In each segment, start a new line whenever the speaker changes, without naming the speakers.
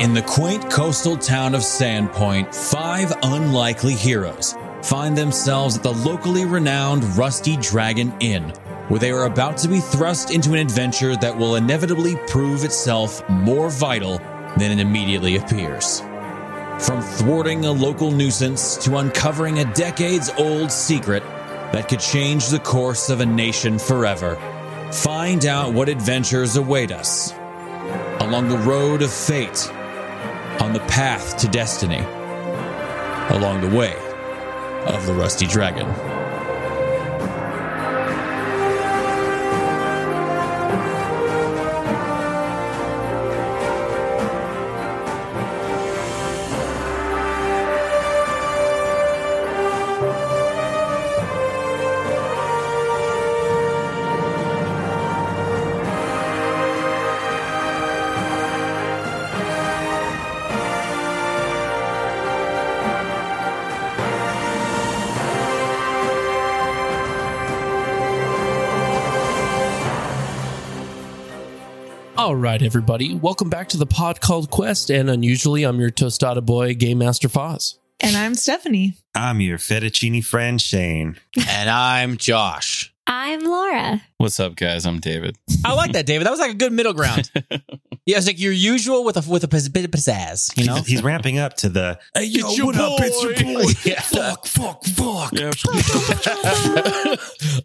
In the quaint coastal town of Sandpoint, five unlikely heroes find themselves at the locally renowned Rusty Dragon Inn, where they are about to be thrust into an adventure that will inevitably prove itself more vital than it immediately appears. From thwarting a local nuisance to uncovering a decades old secret that could change the course of a nation forever, find out what adventures await us along the road of fate, on the path to destiny, along the way of the Rusty Dragon.
All right, everybody. Welcome back to the pod called Quest. And unusually, I'm your tostada boy, Game Master Foz.
And I'm Stephanie.
I'm your fettuccine friend, Shane.
And I'm Josh.
I'm Laura.
What's up, guys? I'm David.
I like that, David. That was like a good middle ground. yeah, it's like your usual with a with a piz- bit of pizzazz, you know.
He's, he's ramping up to the. Hey, yo,
It's your
what up? It's your
boy."
boy.
Yeah.
Fuck, fuck, fuck.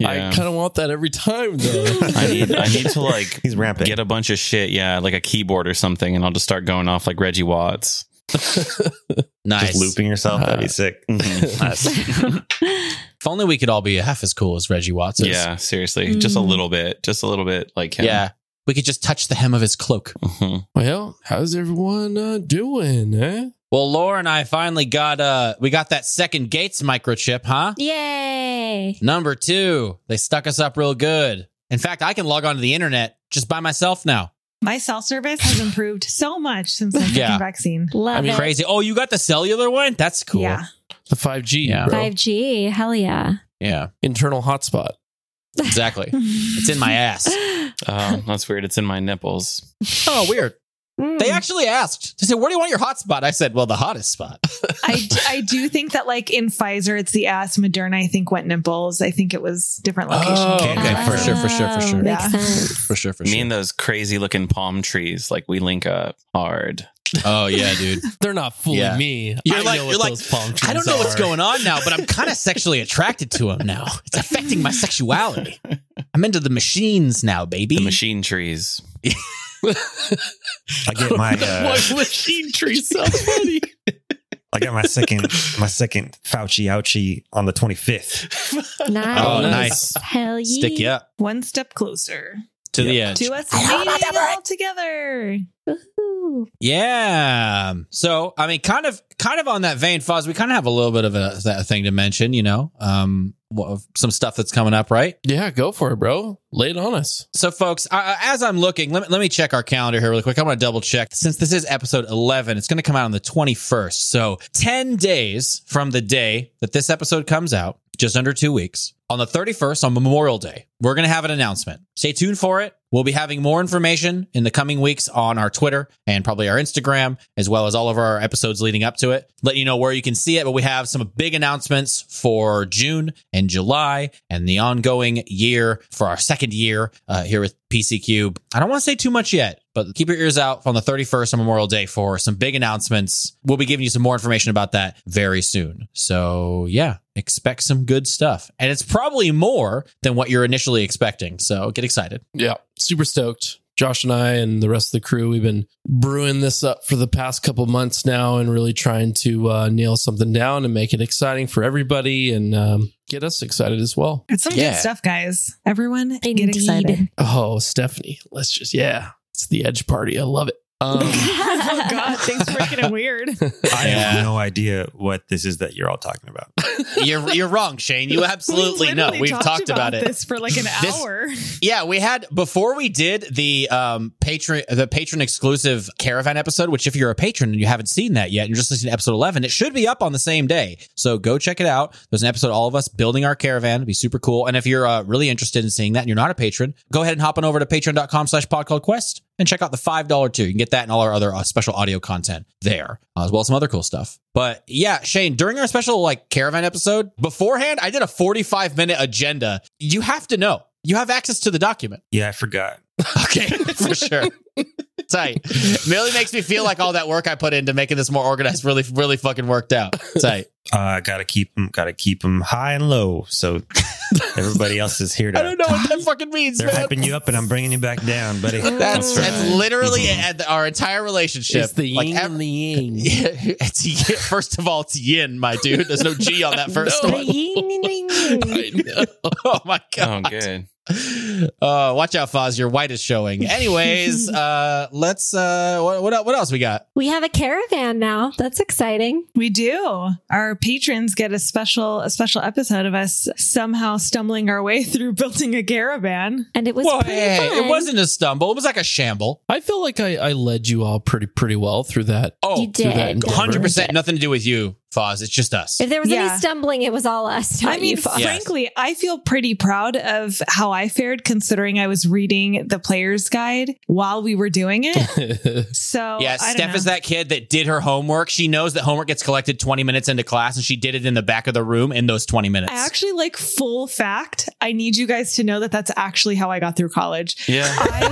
I
Yeah.
kind of want that every time, though.
I need I need to like
He's ramping.
get a bunch of shit, yeah, like a keyboard or something, and I'll just start going off like Reggie Watts.
Nice.
Just looping yourself. That'd be
Uh,
sick.
If only we could all be half as cool as Reggie Watts. is.
yeah, seriously, just a
Mm.
little bit, just a little bit, like him.
yeah. We could just touch the hem of his cloak.
Mhm.
well, how's everyone uh, doing? Eh?
Well, Laura and I finally got uh we got that second Gates microchip, huh?
Yay.
Number two, they stuck us up real good. In fact, I can log onto the internet just by myself now.
My cell service has improved so much since my
Yeah.
second vaccine.
Love
I mean,
it.
Crazy. Oh, you got the cellular one? That's cool.
Yeah.
The 5G,
Yeah.
bro.
5G. Hell yeah.
Yeah.
internal hotspot.
Exactly. it's in my ass.
Um, that's weird. It's in my nipples.
Oh, weird.
Mm.
They actually asked. They said, "Where do you want your hot spot?" I said, "Well, the hottest spot."
I, I do think that, like, in Pfizer, it's the ass. Moderna, I think, went nipples. I think it was different location.
Oh, okay,
Oh,
for sure, for sure, for sure.
Makes
Yeah.
sense.
for sure, for
Me and those crazy looking palm trees, like we link up hard.
oh yeah, dude.
They're not fooling
Yeah.
me.
You're
I
like-
know
you're
what
like,
those palm trees
I don't know what's
are.
going on now, but I'm kind of sexually attracted to him now. It's affecting my sexuality. I'm into the machines now, baby.
The machine trees.
I get my uh,
Why machine trees so funny?
I get my second my second Fauci ouchie on the 25th.
Nice.
Oh,
Oh,
nice.
Hell yeah.
Stick you up
One step closer
to the edge.
to us meeting all together.
Woohoo.
Yeah. So, I mean, kind of, kind of on that vein, Foz, we kind of have a little bit of a, that thing to mention, you know, um, wha- some stuff that's coming up, right?
yeah, go for it, bro. Lay it on us.
So, folks, I, I- as I'm looking, let me, let me check our calendar here really quick. I want to double check. Since this is episode 11, it's going to come out on the 21st. So, 10 days from the day that this episode comes out, just under two weeks, on the 31st, on Memorial Day, we're going to have an announcement. Stay tuned for it. We'll be having more information in the coming weeks on our Twitter and probably our Instagram, as well as all of our episodes leading up to it. Let you know where you can see it, but we have some big announcements for June and July and the ongoing year for our second year uh, here with PCQ. I don't want to say too much yet, but keep your ears out on the 31st on Memorial Day for some big announcements. We'll be giving you some more information about that very soon. So, yeah, expect some good stuff. And it's probably more than what you're initially expecting. So, get excited.
Yeah, super stoked. Josh and I and the rest of the crew, we've been brewing this up for the past couple months now and really trying to uh, nail something down and make it exciting for everybody and um, get us excited as well.
It's some
Yeah.
good stuff, guys. Everyone get
Indeed.
excited.
Oh, Stephanie, let's just, yeah, it's the edge party. I love it. Um,
oh, God. Thanks for making it weird.
I
Yeah.
have no idea what this is that you're all talking about.
You're, you're wrong, Shane. You absolutely
We
know.
literally
We've talked, about, it.
This for like an
This-
hour.
Yeah, we had before we did the um patron the patron exclusive caravan episode, which if you're a patron and you haven't seen that yet, and you're just listening to episode eleven, it should be up on the same day. So go check it out. There's an episode of all of us building our caravan. It'd be super cool. And if you're uh, really interested in seeing that and you're not a patron, go ahead and hop on over to patreon.com slash pod called quest and check out the $5 tier. You can get that and all our other uh, special audio content there, uh, as well as some other cool stuff. But yeah, Shane, during our special like caravan episode beforehand, I did a 45 minute agenda. You have to know. You have access to the document.
Yeah, I forgot.
Okay, for sure. Tight. Really makes me feel like all that work I put into making this more organized really, really fucking worked out. Tight.
Uh, gotta keep them, gotta keep them high and low. So everybody else is here to.
I don't know what that fucking means,
They're
man.
hyping you up, and I'm bringing you back down, buddy.
That's,
Ooh.
that's literally at our entire relationship.
It's the
Like,
yin
ev-
and the yang.
Yeah, it's yin. First of all, it's yin, my dude. There's no G on that first
No.
one.
I know.
Oh my
Oh,
god.
good.
Uh, watch out, Foz. Your white is showing. Anyways, uh, let's. Uh, what what, el- what else we got?
we have a caravan now. That's exciting.
We do. Our patrons get a special a special episode of us somehow stumbling our way through building a caravan.
And it was pretty fun.
it wasn't a stumble. It was like a shamble.
I feel like I, I led you all pretty pretty well through that.
You
Oh,
through that
did.
endeavor.
100% nothing to do with you, Foz. It's just us.
If there was
Yeah.
any stumbling, it was all us. not
I mean,
you, Fox.
Yeah.
frankly, I feel pretty proud of how I fared considering I was reading the player's guide while we were doing it. So
yeah,
Oh, I don't
Steph
know.
is that kid that did her homework. She knows that homework gets collected 20 minutes into class, and she did it in the back of the room in those 20 minutes.
I actually like full fact. I need you guys to know that that's actually how I got through college.
Yeah.
I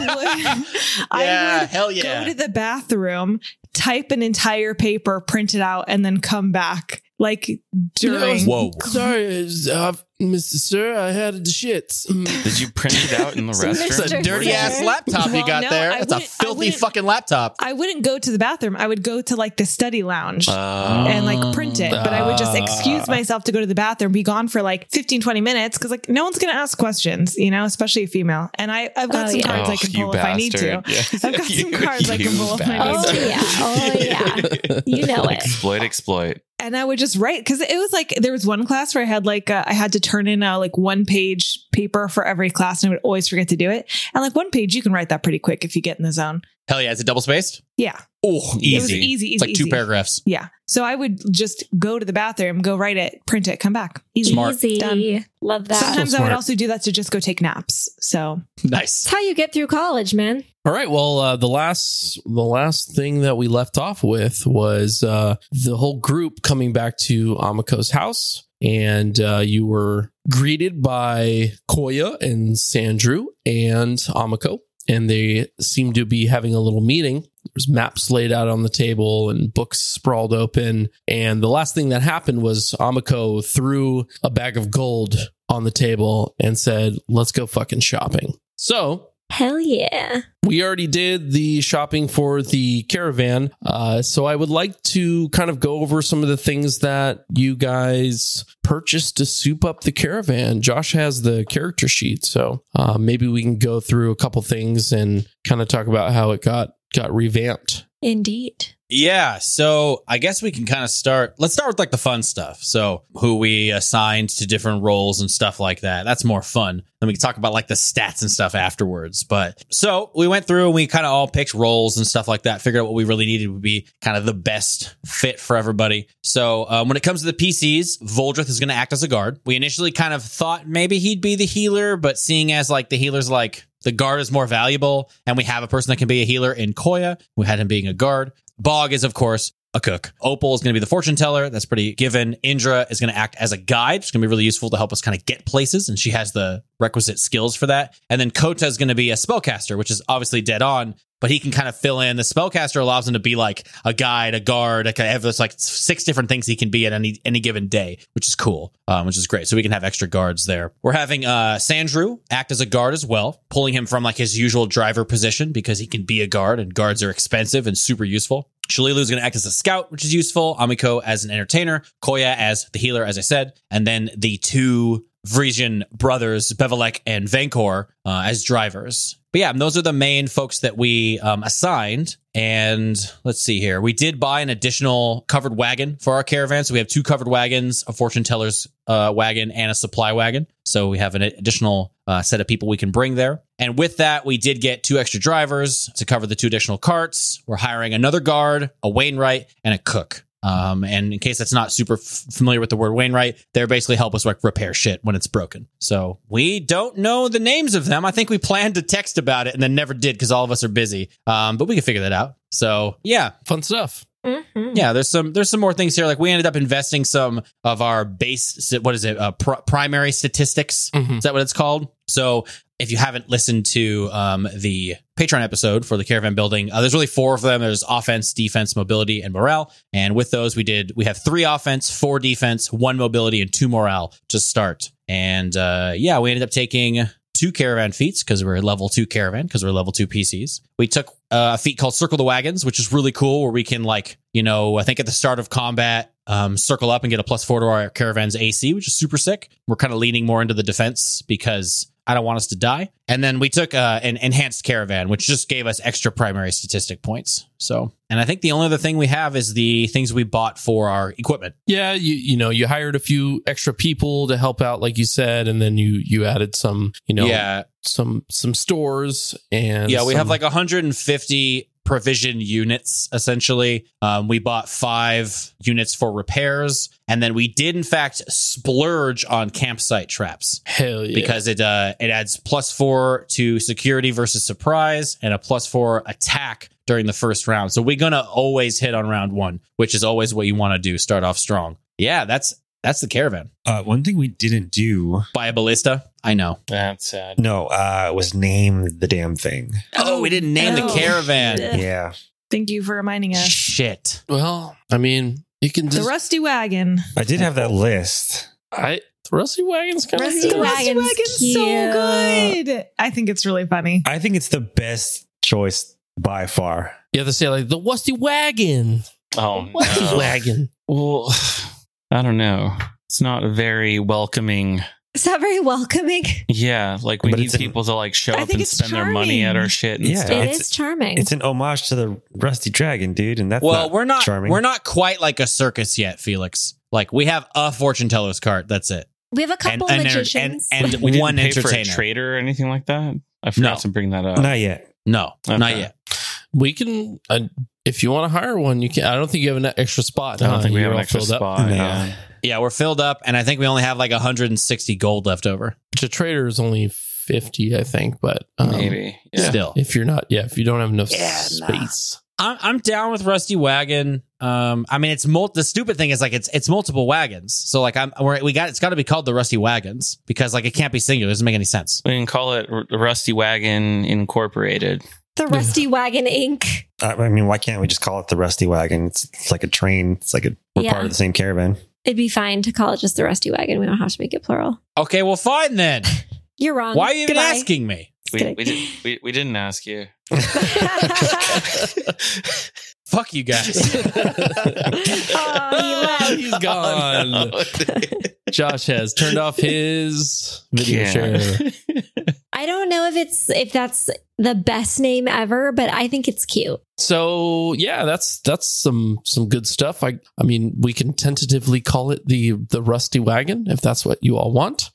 would, I
yeah,
would
hell
go
yeah.
to the bathroom, type an entire paper, print it out, and then come back like during.
Whoa.
Sorry, uh, Mr. Sir, I had the shits. Mm.
Did you print it out in the
So
restroom?
there's
That's a
Mr.
dirty ass
Sir?
laptop you
Well,
got
no,
there.
I
That's a
wouldn't- I
filthy
wouldn't-
fucking laptop.
I wouldn't go to the bathroom. I would go to like the study lounge.
Uh,
and like print it, but I would just excuse
Ah.
myself to go to the bathroom, be gone for like 15, 20 minutes because like no one's going to ask questions, you know, especially a female. And I, I've got
Oh,
some
yeah.
cards I
oh,
can
you
pull if I need to.
bastard. Yeah.
I've got some
You-
cards I can
you
roll if I need
Oh,
to.
yeah. Oh, yeah. You know it.
Exploit, exploit.
and I would just write because it was like there was one class where I had like uh, I had to turn in a like one page paper for every class, and I would always forget to do it. And like one page, you can write that pretty quick if you get in the zone.
Hell yeah. Is it double spaced?
Yeah,
Oh,
it was easy, easy,
It's like two
easy.
paragraphs.
Yeah, so I would just go to the bathroom, go write it, print it, come back. Easy.
Smart.
Easy.
Done.
Love that.
Sometimes I
smart.
would also do that to just go take naps. So
Nice.
That's how you get through college, man.
All right. Well, uh, the last the last thing that we left off with was uh, the whole group coming back to Amako's house, and uh, you were greeted by Koya and Sandru and Amako, and they seemed to be having a little meeting. There's maps laid out on the table and books sprawled open. And the last thing that happened was Amako threw a bag of gold on the table and said, "Let's go fucking shopping." So
Hell yeah.
we already did the shopping for the caravan. Uh, so I would like to kind of go over some of the things that you guys purchased to soup up the caravan. Josh has the character sheet. So uh, maybe we can go through a couple things and kind of talk about how it got got revamped.
Indeed.
Yeah, so I guess we can kind of start. Let's start with like the fun stuff. So, who we assigned to different roles and stuff like that. That's more fun. Then we can talk about like the stats and stuff afterwards. But so we went through and we kind of all picked roles and stuff like that, figured out what we really needed would be kind of the best fit for everybody. So, um, when it comes to the PCs, Voldrith is going to act as a guard. We initially kind of thought maybe he'd be the healer, but seeing as like the healer's like, the guard is more valuable, and we have a person that can be a healer in Koya. We had him being a guard. Bog is, of course, a cook. Opal is going to be the fortune teller. That's pretty given. Indra is going to act as a guide. It's going to be really useful to help us kind of get places, and she has the requisite skills for that. And then Kota is going to be a spellcaster, which is obviously dead on, but he can kind of fill in. The spellcaster allows him to be like a guide, a guard. I have this like six different things he can be at any any given day, which is cool, um, which is great. So we can have extra guards there. We're having uh, Sandrew act as a guard as well, pulling him from like his usual driver position because he can be a guard, and guards are expensive and super useful. Shalilu is going to act as a scout, which is useful. Amiko as an entertainer, Koya as the healer, as I said, and then the two Vresian brothers, Bevelek and Vankor, uh, as drivers. But yeah, those are the main folks that we um, assigned. And let's see here. We did buy an additional covered wagon for our caravan. So we have two covered wagons, a fortune teller's uh, wagon, and a supply wagon. So we have an additional uh, set of people we can bring there. And with that, we did get two extra drivers to cover the two additional carts. We're hiring another guard, a Wainwright, and a cook. Um, and in case that's not super f- familiar with the word Wainwright, they're basically help us like repair shit when it's broken. So we don't know the names of them. I think we planned to text about it and then never did because all of us are busy. Um, but we can figure that out. So yeah,
Fun stuff.
Mhm.
yeah, there's some there's some more things here. Like we ended up investing some of our base. What is it? Uh, pr- primary statistics.
Mhm.
Is that what it's called? So if you haven't listened to um, the Patreon episode for the caravan building, uh, there's really four of them. There's offense, defense, mobility, and morale. And with those, we did we have three offense, four defense, one mobility, and two morale to start. And uh, yeah, we ended up taking two caravan feats because we're a level two caravan because we're level two PCs. We took uh, a feat called Circle the Wagons, which is really cool, where we can like you know I think at the start of combat. Um, circle up and get a plus four to our caravan's AC, which is super sick. We're kind of leaning more into the defense because I don't want us to die. And then we took uh, an enhanced caravan, which just gave us extra primary statistic points. So, and I think the only other thing we have is the things we bought for our equipment.
Yeah, you you know, you hired a few extra people to help out, like you said, and then you you added some, you know,
yeah,
some some stores and
yeah, we
some-
have like 150 provision units essentially. Um, we bought five units for repairs, and then we did in fact splurge on campsite traps.
hell yeah.
because it uh, it adds plus four to security versus surprise and a plus four attack during the first round. So we're gonna always hit on round one, which is always what you want to do. Start off strong. Yeah, that's that's the caravan
Uh, one thing we didn't do,
by a ballista. I know.
That's sad.
no, uh, was name the damn thing.
Oh, we didn't name the
oh.
caravan.
Yeah.
Yeah,
Thank you for reminding us.
Shit.
well, I mean, you can
The
just
rusty wagon.
I did have that list.
I the rusty wagon's kind
Rusty
of
The rusty
wagon's
wagon's
cute.
so good. I think it's really funny.
I think it's the best choice by far.
You have to say like the rusty wagon.
Oh,
Rusty
no.
wagon.
Well, I don't know. It's not very welcoming.
It's not very welcoming.
Yeah, like we
But
need
it's an-
people to like show
I
up
think
and
it's
spend their money at
charming.
our shit and
Yeah.
stuff.
It
It's-
is charming.
It's an homage to the Rusty Dragon, dude, and that's
well,
not
we're not
charming.
we're not quite like a circus yet, Felix. Like we have a fortune teller's cart. That's it.
we have a
And
couple
and, and
magicians.
and
We didn't
one
pay for a
entertainer.
trader or anything like that. I forgot to bring that up.
not yet.
no, not
Okay.
yet.
We can uh, if you want to hire one, you can. I don't think you have an extra spot.
I don't
huh?
think we
You're
have an
all
extra
filled up.
spot.
No.
yeah.
Yeah, we're filled up, and I think we only have like 160 gold left over.
Which a trader is only fifty, I think, but um,
Maybe. Yeah.
Still,
if you're not, yeah, if you don't have enough
Yeah, nah.
space.
I'm, I'm down with Rusty Wagon. Um, I mean, it's mul- the stupid thing is like it's it's multiple wagons. So like I'm we're, we got it's got to be called the Rusty Wagons because like it can't be singular. It doesn't make any sense.
We can call it R- Rusty Wagon Incorporated.
the Rusty Wagon Inc.
I I mean, why can't we just call it the Rusty Wagon? It's, it's like a train. It's like a, we're
Yeah.
part of the same caravan.
It'd be fine to call it just the Rusty Wagon. We don't have to make it plural.
Okay, well, fine then.
You're wrong.
Why are you even
Goodbye.
asking me?
We,
kidding.
we, did, we, we didn't ask you.
Fuck you guys.
Oh, he left.
He's gone. Josh has turned off his video
Yeah.
share.
I don't know if it's if that's the best name ever, but I think it's cute.
So yeah, that's that's some some good stuff. I I mean, we can tentatively call it the the rusty wagon if that's what you all want.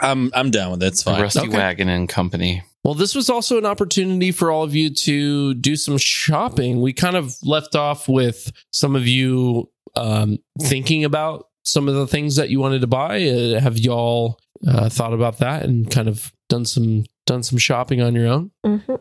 I'm I'm down with it. It's
The
fine.
Rusty
Okay.
Wagon and Company.
Well, this was also an opportunity for all of you to do some shopping. We kind of left off with some of you um, thinking about some of the things that you wanted to buy. Uh, have y'all uh, thought about that and kind of done some done some shopping on your own?
Mm-hmm,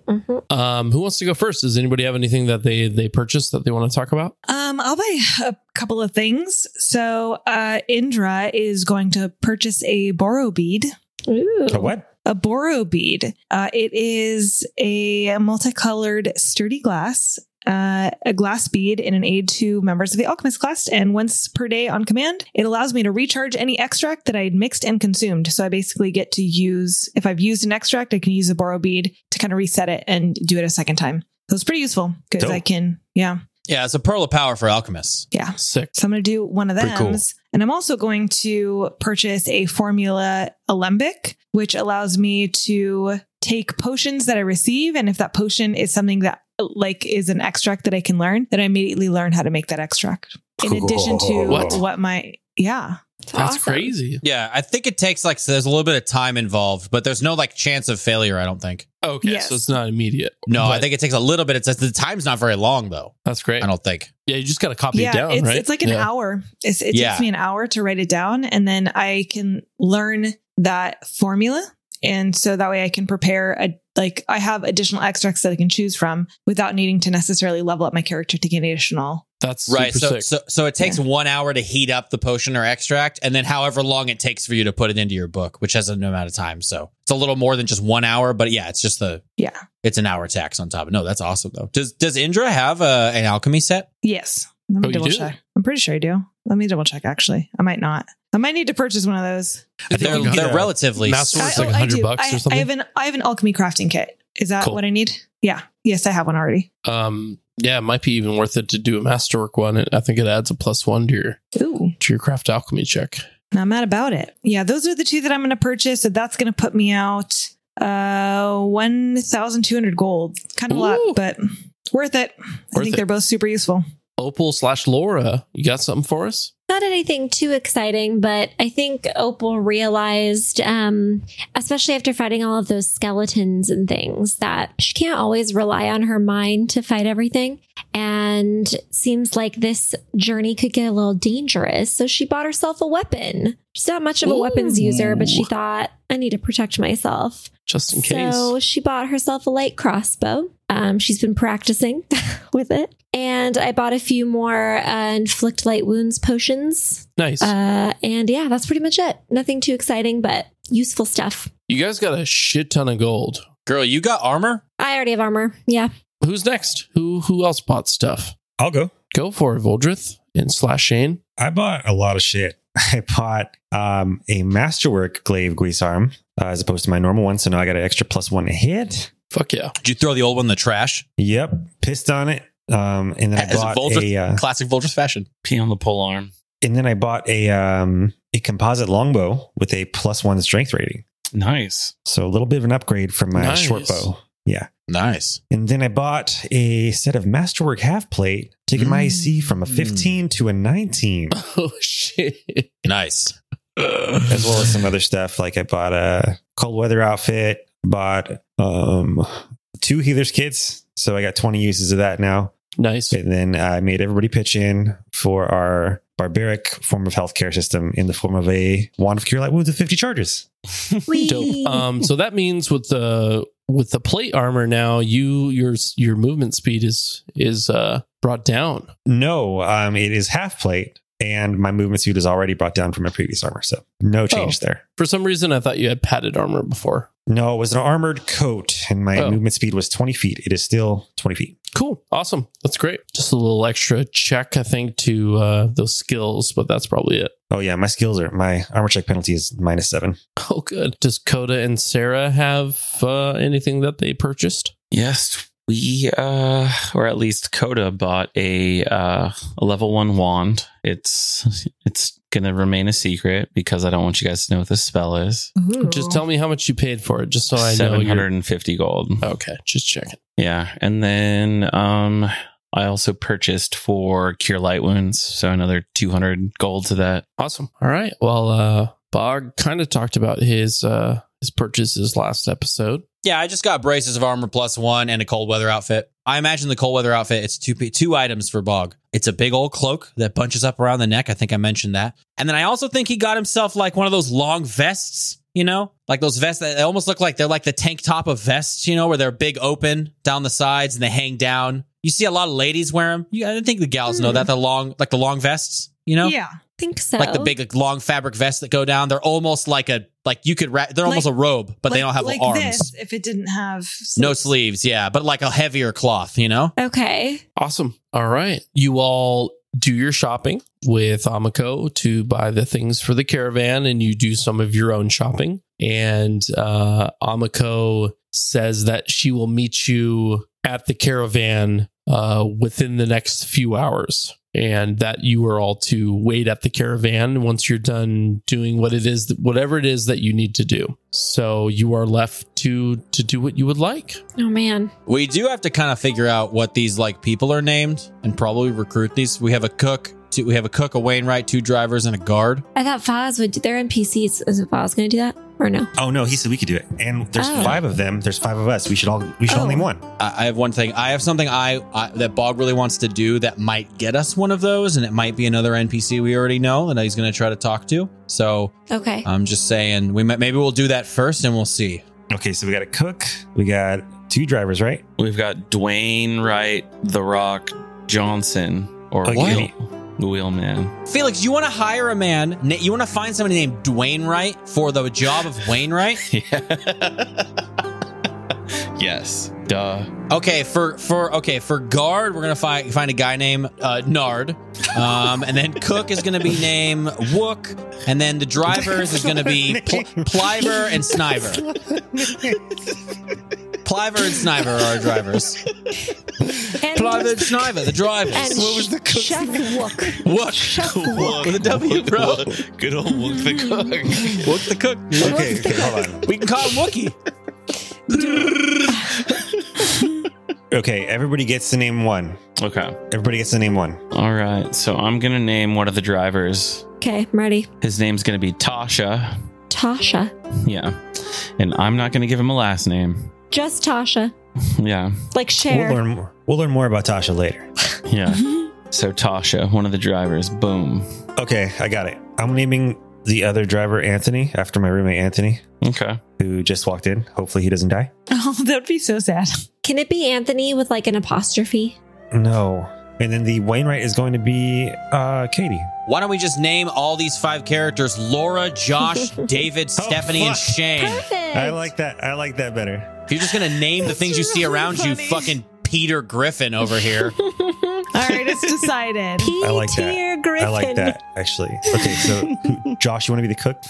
Um, who wants to go first? Does anybody have anything that they they purchased that they want to talk about?
Um, I'll buy a couple of things. So uh Indra is going to purchase a borrow bead.
Ooh.
A what?
a boro bead. Uh, it is a multicolored sturdy glass, uh, a glass bead in an aid to members of the alchemist class, and once per day on command. It allows me to recharge any extract that I had mixed and consumed. So I basically get to use, if I've used an extract, I can use a boro bead to kind of reset it and do it a second time. So it's pretty useful because
Dope.
I can, yeah.
yeah, it's a pearl of power for alchemists.
Sick.
So I'm going to do one of
Pretty
them.
cool.
And I'm also going to purchase a formula alembic, which allows me to take potions that I receive. And if that potion is something that like is an extract that I can learn, then I immediately learn how to make that extract. In addition to
Cool.
What?
what my yeah.
It's
That's
awesome.
crazy.
Yeah, I think it takes like so there's a little bit of time involved, but there's no like chance of failure. I don't think.
Okay,
Yes.
so it's not immediate.
No, I
But
think it takes a little bit. It's the time's not very long though.
that's great.
I don't think.
Yeah, you just got to copy
yeah,
it down,
it's,
right?
it's like an
Yeah.
hour. It's, it
Yeah.
takes me an hour to write it down, and then I can learn that formula, and so that way I can prepare a like I have additional extracts that I can choose from without needing to necessarily level up my character to get additional.
That's
Right.
Super
So,
sick.
so so it takes one hour to heat up the potion or extract, and then however long it takes for you to put it into your book, which has an amount of time. So it's a little more than just one hour, but yeah, it's just the
Yeah.
It's an hour tax on top. No, that's awesome though. Does Does Indra have a, an alchemy set?
Yes, let me
Oh, you
double
do?
check. I'm pretty sure I do. Let me double check. Actually, I might not. I might need to purchase one of those.
I think
They're,
we got
they're
a
relatively.
master
s-
It's like
I
100
do.
bucks or
I, I
something?
have an I have an alchemy crafting kit. Is that
Cool.
what I need? Yeah. Yes, I have one already.
Um, yeah, it might be even worth it to do a masterwork one. It- I think it adds a plus one to your
Ooh.
to your craft alchemy check.
Not mad about it. Yeah, those are the two that I'm going to purchase. So that's going to put me out uh 1,200 gold. Kind of a lot,
Ooh.
but worth it. I
Worth
think
it.
they're both super useful.
Opal slash Laura, you got something for us?
Not anything too exciting, but I think Opal realized, um, especially after fighting all of those skeletons and things, that she can't always rely on her mind to fight everything. And seems like this journey could get a little dangerous. So she bought herself a weapon. She's not much of a weapons user, but she
Ooh.
thought, I need to protect myself.
Just in
So
case.
she bought herself a light crossbow. Um, she's been practicing with it. And I bought a few more uh, inflict light wounds potions.
Nice.
Uh, and yeah, that's pretty much it. Nothing too exciting, but useful stuff.
you guys got a shit ton of gold.
Girl, you got armor.
I already have armor. Yeah.
Who's next? Who who else bought stuff?
I'll go.
Go for it, Voldrith and slash Shane.
I bought a lot of shit. I bought um, a masterwork glaive grease arm uh, as opposed to my normal one. So now I got an extra plus one to hit.
Fuck yeah.
Did you throw the old one in the trash?
Yep. Pissed on it. Um, and then I
As
bought
Voldrith-
a uh,
Classic Vulture's fashion.
Pee on the pole arm.
and then I bought a um, a composite longbow with a plus one strength rating.
Nice.
So a little bit of an upgrade from my
Nice.
short bow.
Nice.
And then I bought a set of masterwork half plate, taking my AC from a
Mm.
15 to a 19,
Oh shit.
Nice.
as well as some other stuff. Like I bought a cold weather outfit, bought um, two healer's kits. So I got 20 uses of that now.
Nice.
And then I made everybody pitch in for our barbaric form of healthcare system in the form of a wand of cure light wounds with 50 charges.
Whee!
Dope. Um, so that means with the with the plate armor now, you your your movement speed is is uh brought down.
No, um, it is half plate. And my movement suit is already brought down from my previous armor. So
Oh.
no change there.
For some reason, I thought you had padded armor before.
No, it was an armored coat, and my
Oh.
movement speed was 20 feet. It is still 20 feet.
Cool, awesome, that's great. Just a little extra check, I think, to uh, those skills, but that's probably it.
Oh, yeah. My skills are, my armor check penalty is minus seven.
Oh, good. Does Coda and Sarah have uh, anything that they purchased?
Yes, we uh or at least Coda bought a uh a level 1 wand. It's it's going to remain a secret because I don't want you guys to know what this spell is.
Just tell me how much you paid for it, just so I know. you're-
750 gold.
Okay, just checking.
Yeah, and then um I also purchased for cure light wounds, so another 200 gold to that.
Awesome. All right. Well, uh, Bog kind of talked about his uh, his purchases last episode.
Yeah, I just got braces of armor plus one and a cold weather outfit. I imagine the cold weather outfit. It's two two items for Bog. It's a big old cloak that bunches up around the neck. I think I mentioned that. And then I also think he got himself like one of those long vests. You know, like those vests that they almost look like they're like the tank top of vests. You know, where they're big open down the sides and they hang down. You see a lot of ladies wear them. You, I think the gals know
Hmm.
that the long like the long vests. You know,
Yeah.
think so.
like the big like, long fabric vests that go down. They're almost like a like you could wrap. They're almost
Like-
a robe, but they
Like-
don't have
like
arms.
This, if it didn't have
No sleeves, yeah, but like a heavier cloth, you know?
Okay.
Awesome. All right. You all do your shopping with Amako to buy the things for the caravan, and you do some of your own shopping. And uh, Amako says that she will meet you at the caravan uh, within the next few hours, and that you are all to wait at the caravan once you're done doing what it is, whatever it is that you need to do. So you are left to to do what you would like.
Oh, man.
We do have to kind of figure out what these like people are named and probably recruit these. We have a cook, Two, we have a cook, a Wainwright, two drivers, and a guard.
I thought Foz would. They're NPCs. Is Foz going to do that or no?
Oh no, he said we could do it. And there's
Oh.
five of them. There's five of us. We should all we should all
Oh.
name one.
I, I have one thing. I have something I, I that Bog really wants to do that might get us one of those, and it might be another NPC we already know that he's going to try to talk to. So
Okay.
I'm just saying we might, maybe we'll do that first, and we'll see.
Okay, so we got a cook. We got two drivers, right?
We've got Dwayne Wright, The Rock Johnson, or
Oh,
Wheel,
yeah.
Wheelman.
Felix, you want to hire a man? na- You want to find somebody named Dwayne Wright for the job of Wainwright?
yes. Duh.
Okay, for for okay for guard, we're gonna find find a guy named uh, Nard, um, and then cook is gonna be named Wook, and then the drivers is gonna be Pl- Pliver and Sniver. Pliver and Sniver are our drivers.
And,
Pliver and Sniver, the
and
drivers.
what was the Chef Wook.
Wook, with a W, bro.
Good old Wook the Cook.
Wook the cook.
Okay, okay, hold on.
We can call him Wookie.
Okay, everybody gets to name one.
okay.
Everybody gets to name one.
All right. So I'm going to name one of the drivers.
Okay, I'm ready.
His name's going to be Tasha.
Tasha.
Yeah. And I'm not going to give him a last name.
Just Tasha.
Yeah.
Like
We'll
share.
learn more. We'll learn more about Tasha later.
Yeah. So Tasha, one of the drivers. Boom.
Okay, I got it. I'm naming the other driver Anthony after my roommate Anthony,
Okay.
who just walked in. Hopefully, he doesn't die.
Oh, that would be so sad.
Can it be Anthony with like an apostrophe?
No. And then the Wainwright is going to be uh, Katie.
Why don't we just name all these five characters Laura, Josh, David, Stephanie, and
Oh, fuck.
Shane?
Perfect.
I like that. I like that better.
You're just gonna name the
That's
things you see
really
around you,
funny.
fucking Peter Griffin over here.
All right, it's decided.
P
I like that.
tier Griffin.
I like that actually. Okay, so who- Josh, you want to be the cook?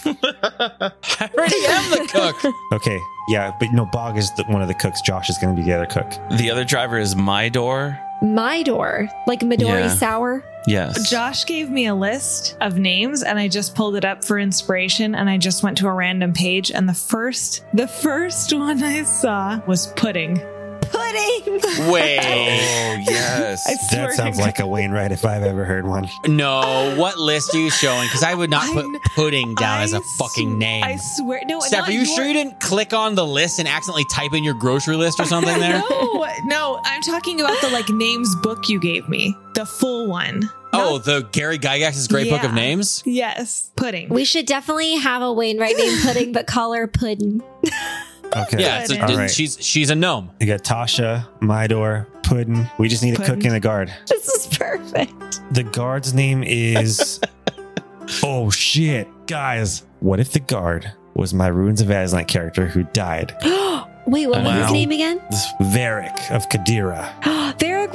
I already am the cook.
Okay, yeah, but no, Bog is the, one of the cooks. Josh is going to be the other cook.
The other driver is My Door.
Midor. Like Midori
Yeah.
Sour.
Yes.
Josh gave me a list of names and I just pulled it up for inspiration and I just went to a random page and the first the first one I saw was pudding.
Pudding.
Wait,
Oh
I
yes.
swear
That
to
sounds
God.
like a Wainwright if I've ever heard one.
no. What list are you showing? Because I would not
I
put
kn-
pudding down as a
I
fucking
sw-
name.
I swear no
Steph,
not
are you
your-
sure you didn't click on the list and accidentally type in your grocery list or something there?
No, no, I'm talking about the like names book you gave me. The full one.
Oh, the Gary Gygax's Great Book of
Yeah.
Names.
Yes. Pudding.
We should definitely have a Wainwright named Pudding, but call her Puddin.
Okay,
Yeah, so
All
d-
right.
she's she's a gnome.
You got Tasha, Midor, Puddin. We just need a cook
Puddin.
and a guard.
This is perfect.
The guard's name is. oh shit, guys! What if the guard was my Ruins of Aslan character who died,
Wait, what was
Wow.
his name again?
Varric of Kadira?
Varric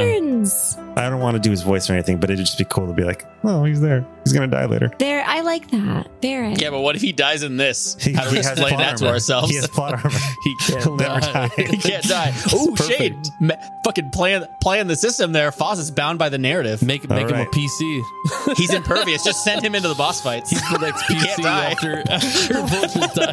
returns.
I don't want to do his voice or anything, but it'd just be cool to be like, oh, he's there. He's gonna die later.
There, I like that. Varric.
Yeah, but what if he dies in this?
He-
How do we
he has
explain
plot
that to
armor.
ourselves?
He has plot armor.
He can't
He'll
die.
never die.
he can't die. Oh, Shade,
perfect.
ma- fucking playing playing the system there. Foz is bound by the narrative.
Make make him a
right.
PC.
He's impervious. Just send him into the boss fights.
He's the next
He can't
PC
die.
after after Vulture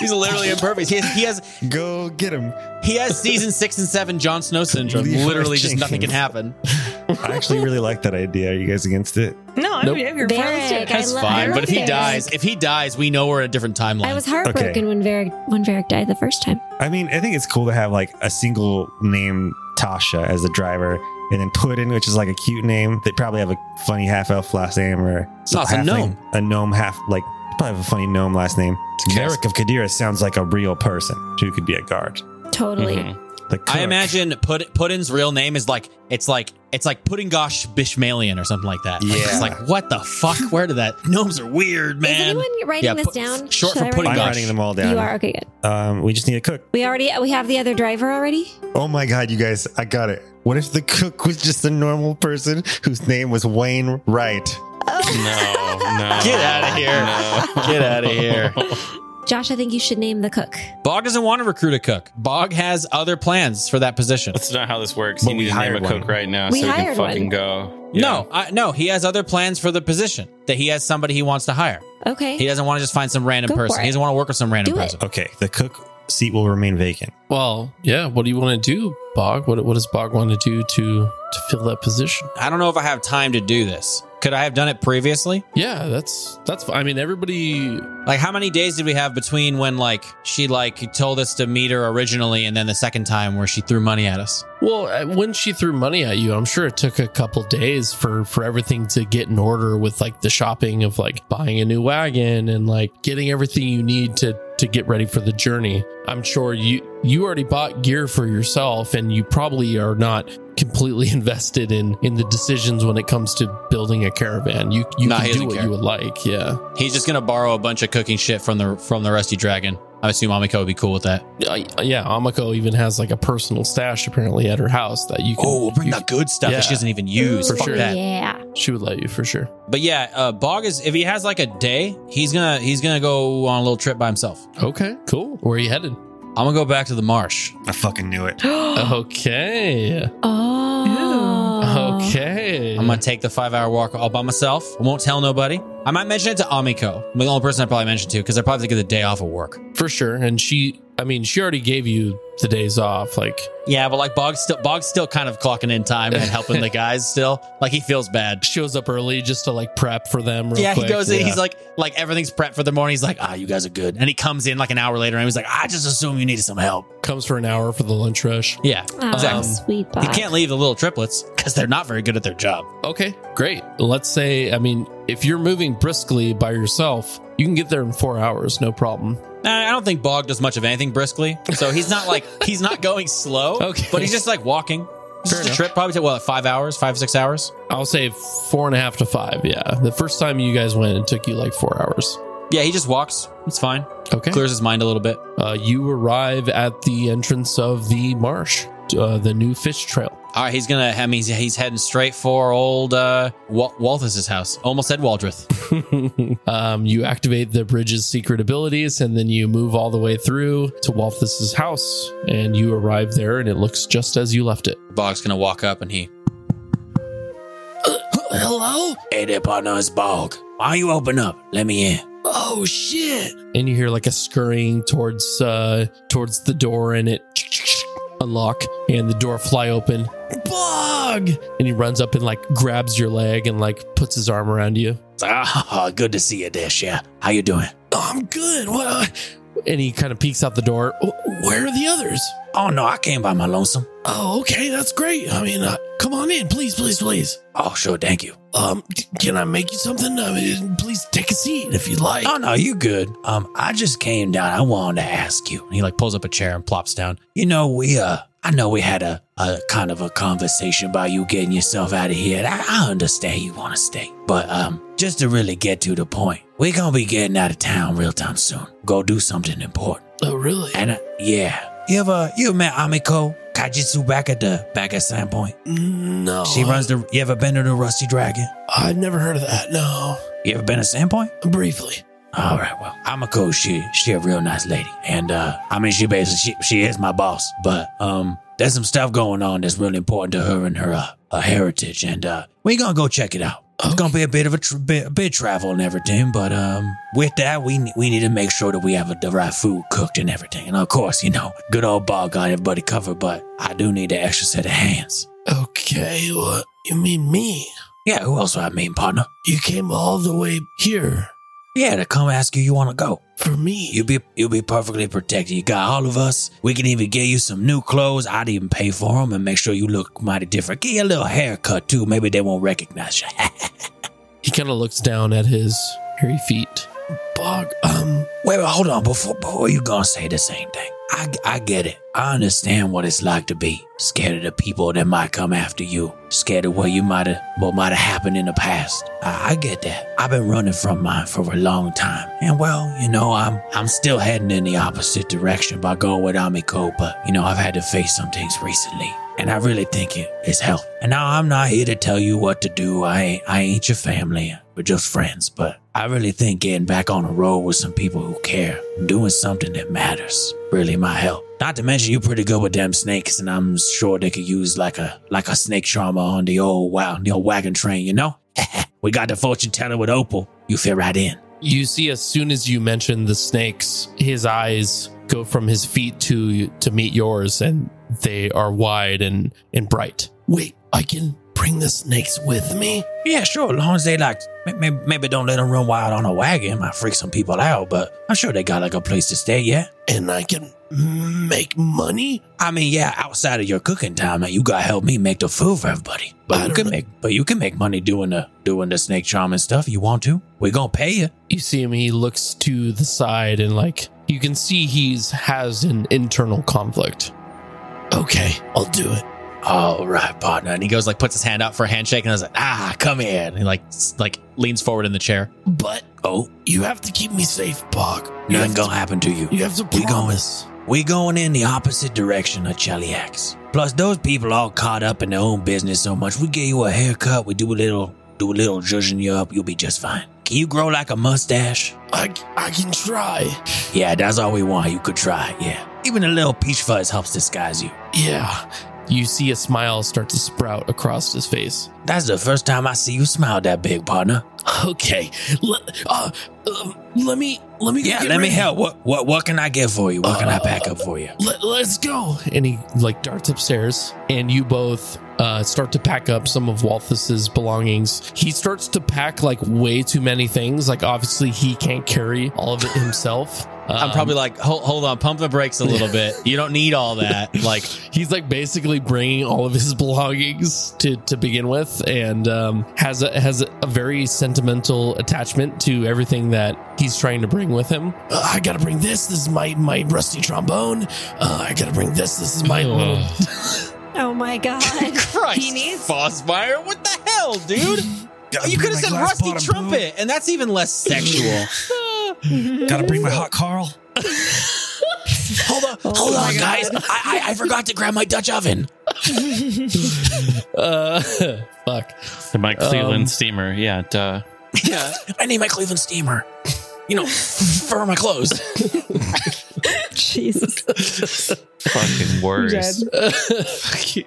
He's literally impervious. He has, he has
Go get him.
he has season six and seven Jon Snow syndrome.
Leroy
literally, just nothing can
Jenkins.
happen.
I actually really like that idea. Are you guys against it?
no, I'm,
Nope.
I'm here for it. Let's do it.
Varric. I
That's
lo-
fine.
I
But if he
love
dies,
Varric.
if he dies, we know we're in a different timeline.
I was heartbroken when Varric when Varric died the first time.
I mean, I think it's cool to have like a single name Tasha as the driver, and then Puddin, which is like a cute name. They probably have a funny half elf last name or
No, it's a
halfling-
gnome.
A gnome half like probably have a funny gnome last name. Merrick of Kadira sounds like a real person who could be a guard.
Totally.
Mhm.
The cook,
I imagine Pud- Puddin's real name is like it's like it's like Pudding Gosh Bishmalian or something like that. Like,
Yeah.
It's like what the fuck? Where did that gnomes are weird,
Is
man?
anyone writing
Yeah,
this
pu-
down?
short
Should
for
I
pudding
I'm
write it
gosh.
writing them all
down?
down.
You are okay. Good.
Um, we just need a cook.
We already we have the other driver already.
Oh my god, you guys! I got it. What if the cook was just a normal person whose name was Wayne Wright?
No, no.
Get outta here. Get outta here.
Josh, I think you should name the cook.
Bog doesn't want to recruit a cook. Bog has other plans for that position.
That's not how this works.
But
you
we
need to name a
hired one.
cook right now
We
so we can
hired
fucking
one.
go.
No, I, no, he has other plans for the position. That he has somebody he wants to hire.
Okay.
He doesn't want to just find some random
Go for
person. He
it.
doesn't want to work with some random
Do it.
person.
Okay, the cook seat will remain vacant.
Well, yeah. What do you want to do, Bog? What What does Bog want to do to to fill that position?
I don't know if I have time to do this. Could I have done it previously?
Yeah, that's that's. I mean, everybody.
Like, how many days did we have between when like she like told us to meet her originally, and then the second time where she threw money at us?
Well, uh, when she threw money at you, I'm sure it took a couple days for for everything to get in order with like the shopping of like buying a new wagon and like getting everything you need to to get ready for the journey. I'm sure you you already bought gear for yourself, and you probably are not completely invested in in the decisions when it comes to building a caravan. You you
Nah, he
can do
doesn't
what
care.
you would like, yeah.
He's just gonna borrow a bunch of cooking shit from the from the Rusty Dragon. I assume Amiko would be cool with that.
Uh, yeah, Amako even has like a personal stash apparently at her house that you can. you can-
good stuff
Yeah.
Oh, that she doesn't even use.
For
Fuck
sure.
that.
Yeah.
She would let you for sure.
But yeah, uh, Bog is if he has like a day, he's gonna he's gonna go on a little trip by himself.
Okay, cool. Where are you headed?
I'm gonna go back to the marsh.
I fucking knew it.
Uh-huh. Okay,
Oh.
okay.
Uh, I'm gonna take the five hour walk all by myself. I won't tell nobody. I might mention it to Amiko. I'm the only person I probably mentioned to because I probably get the day off of work.
for sure. And she, I mean, she already gave you the days off. Like,
Yeah, but like Bog's still Bog's still kind of clocking in time and helping the guys still. Like he feels bad.
shows up early just to like prep for them. Real
yeah,
quick.
he goes in. He's like, like everything's prepped for the morning. He's like, ah, you guys are good. And he comes in like an hour later and he's like, I just assume you needed some help.
comes for an hour for the lunch rush.
Yeah,
Oh,
exactly.
sweet
He
Bob.
can't leave the little triplets because they're not very good at their job.
Okay, great. Let's say, I mean, if you're moving briskly by yourself, you can get there in four hours, no problem.
I I don't think Bog does much of anything briskly, so he's not like he's not going slow.
Okay.
but he's just like walking.
Fair
Just a
enough.
trip probably took what five hours, five six hours.
I'll say four and a half to five. Yeah. The first time you guys went, it took you like four hours.
Yeah, he just walks. It's fine.
Okay.
Clears his mind a little bit.
Uh, you arrive at the entrance of the marsh, uh, the new fish trail.
All right, he's gonna. I mean, he's, he's heading straight for old uh, Wal- Walthus's house. Almost said Waldrith.
um, you activate the bridge's secret abilities, and then you move all the way through to Walthus's house, and you arrive there, and it looks just as you left it.
Bog's gonna walk up and he.
Hello?
Hey there, partner. It's Bog. Why you open up? Let me in.
Oh shit! And you hear like a scurrying towards uh, towards the door, and it unlock, and the door fly open. Bog! And he runs up and like grabs your leg and like puts his arm around you.
Ah, good to see you, Dish. Yeah. How you doing?
Oh, I'm good. What? And he kind of peeks out the door. "Oh, Where are the others?
Oh no, I came by my lonesome.
Oh, okay, that's great. I mean, uh, come on in, please, please, please.
Oh sure, thank you.
Um, d- can I make you something? I mean, please take a seat if you like.
Oh no, you good. Um, I just came down. I wanted to ask you. And he like pulls up a chair and plops down. You know, we uh I know we had a, a kind of a conversation about you getting yourself out of here. And I, I understand you wanna stay. But um just to really get to the point, we're gonna be getting out of town real time soon. Go do something important.
Oh, really?
And uh, yeah. You ever you met Amiko Kajitsu back at the back at Sandpoint?
No.
She runs the you ever been to the Rusty Dragon?
I've never heard of that. No.
You ever been to Sandpoint?
Briefly.
All right, well, I'm a coach. She she a real nice lady, and uh, I mean, she basically she, she is my boss. But um, there's some stuff going on that's really important to her and her uh, her heritage, and uh, we gonna go check it out. It's gonna be a bit of a, tr- bit, a bit travel and everything, but um, with that we ne- we need to make sure that we have the right food cooked and everything, and of course, you know, good old ball got everybody covered. But I do need an extra set of hands.
Okay, what? You mean me?
Yeah, who else would I mean, partner?
You came all the way here
Yeah, to come ask you, you wanna go?
for me.
You'll be you'll be perfectly protected. You got all of us. We can even get you some new clothes. I'd even pay for them and make sure you look mighty different. Get you a little haircut too. Maybe they won't recognize you.
he kind of looks down at his hairy feet. Bog, um,
Wait, wait, hold on. Before before you gonna say the same thing, I I get it. I understand what it's like to be scared of the people that might come after you. Scared of what you might have what might have happened in the past. I, I get that. I've been running from mine for a long time, and well, you know, I'm I'm still heading in the opposite direction by going with Amiko. But you know, I've had to face some things recently. And I really think it is help. And now I'm not here to tell you what to do. I ain't, I ain't your family. We're just friends. But I really think getting back on the road with some people who care, doing something that matters, really might help. Not to mention you're pretty good with them snakes, and I'm sure they could use like a like a snake charmer on the old wow the old wagon train. You know, we got the fortune teller with Opal. You fit right in.
You see, as soon as you mention the snakes, his eyes go from his feet to to meet yours, and they are wide and and bright. Wait, I can bring the snakes with me.
Yeah, sure. As long as they like, maybe, maybe don't let them run wild on a wagon. Might freak some people out, but I'm sure they got like a place to stay. Yeah.
and I can make money.
I mean, yeah, outside of your cooking time, man, you gotta help me make the food for everybody. But
I
you
don't
can
know.
make, but you can make money doing the doing the snake charm and stuff. You want to? We gonna pay you.
You see him. He looks to the side and like you can see he's has an internal conflict. Okay, I'll do it.
All right, partner. And he goes like puts his hand out for a handshake, and I was like, ah, come in. And he like s- like leans forward in the chair.
But
Oh,
you have to keep me safe, Bog. You
nothing
have,
gonna
to,
happen to you.
you have to
We going.
promise.
We going in the opposite direction of Cheliax. Plus, those people all caught up in their own business so much. We get you a haircut. We do a little, do a little judging you up. You'll be just fine. Can you grow like a mustache?
I, I can try.
Yeah, that's all we want. You could try. Yeah, even a little peach fuzz helps disguise you.
Yeah. You see a smile start to sprout across his face.
That's the first time I see you smile that big, partner.
Okay. Let, uh, um, let me let me
Yeah,
get
let me
ready.
help. What what what can I get for you? What can I
Uh,
pack up for you?
Let, let's go. And he like darts upstairs, and you both uh, start to pack up some of Walthus's belongings. He starts to pack like way too many things. Like obviously he can't carry all of it himself.
I'm
Um,
probably like, hold, hold on, pump the brakes a little bit. You don't need all that. Like,
he's like basically bringing all of his belongings to to begin with, and um, has a has a very sentimental attachment to everything that he's trying to bring with him. Uh, I gotta bring this. This is my my rusty trombone. Uh, I gotta bring this. This is my little
Oh my god.
Christ,
He needs
Fosmire, what the hell, dude? you could have said rusty trumpet, and that's even less sexual.
Gotta bring my hot Carl.
Hold on,
Oh
hold
my
on,
God.
guys. I, I I forgot to grab my Dutch oven.
uh, fuck.
The Mike Cleveland
Um,
steamer. Yeah, duh.
Yeah, I need my Cleveland steamer. You know, for my clothes.
Jesus.
Fucking worse.
Dead.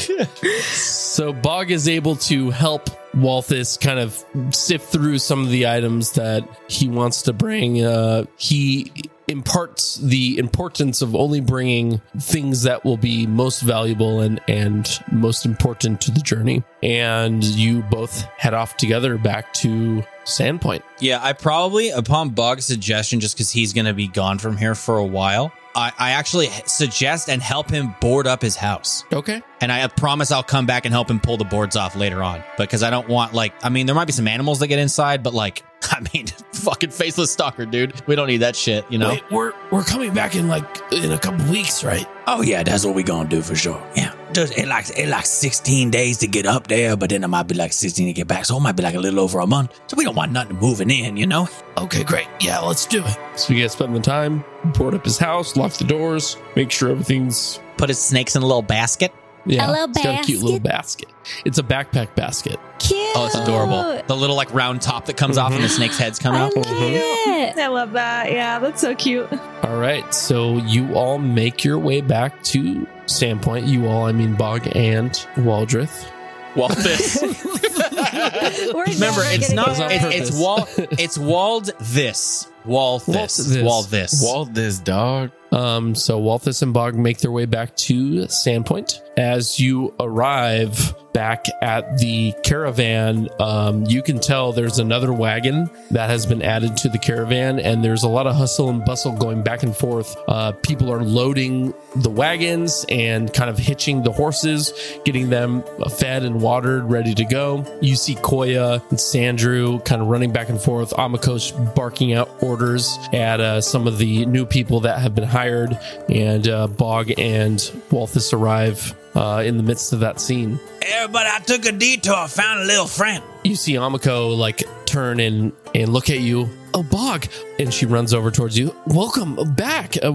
so Bog is able to help Walthus kind of sift through some of the items that he wants to bring. Uh, he imparts the importance of only bringing things that will be most valuable and and most important to the journey. And you both head off together back to Sandpoint.
Yeah, I probably, upon Bog's suggestion, just because he's going to be gone from here for a while, I, I actually h- suggest and help him board up his house.
Okay.
And I promise I'll come back and help him pull the boards off later on because I don't want, like, I mean, there might be some animals that get inside, but like, I mean, fucking faceless stalker, dude. We don't need that shit, you know?
we're we're coming back in like in a couple weeks, right?
Oh yeah, that's what we gonna do for sure. Yeah, just it like it like sixteen days to get up there, but then it might be like sixteen to get back, so it might be like a little over a month. So we don't want nothing moving in, you know.
Okay, great. Yeah, let's do it. So you guys spend the time, board up his house, lock the doors, make sure everything's
Put his snakes in a little basket.
yeah.
A little
it's got a cute little basket. It's a backpack basket.
cute.
Oh, it's adorable. The little like round top that comes off and the
Mm-hmm.
snake's head's come
I
out.
love it.
I love that. Yeah, that's so cute.
All right, so you all make your way back to Sandpoint. You all, I mean Bog and Waldrith.
Walthus.
We're
Remember,
never
it's
gonna
not.
get
on
it.
It's, it's
purpose.
wall. It's walled this. Wall
Walled
this.
this.
Wall this.
Walled this dog.
Um, so Walthus and Bog make their way back to Sandpoint. As you arrive back at the caravan, um, you can tell there's another wagon that has been added to the caravan, and there's a lot of hustle and bustle going back and forth. Uh, people are loading the wagons and kind of hitching the horses, getting them fed and watered, ready to go. You see Koya and Sandrew kind of running back and forth, Amakosh barking out orders at uh, some of the new people that have been hired, and uh, Bog and Walthus arrive uh, in the midst of that scene.
Everybody, I took a detour, found a little friend.
You see Amako like turn and and look at you. Oh, Bog, and she runs over towards you. Welcome back. Uh,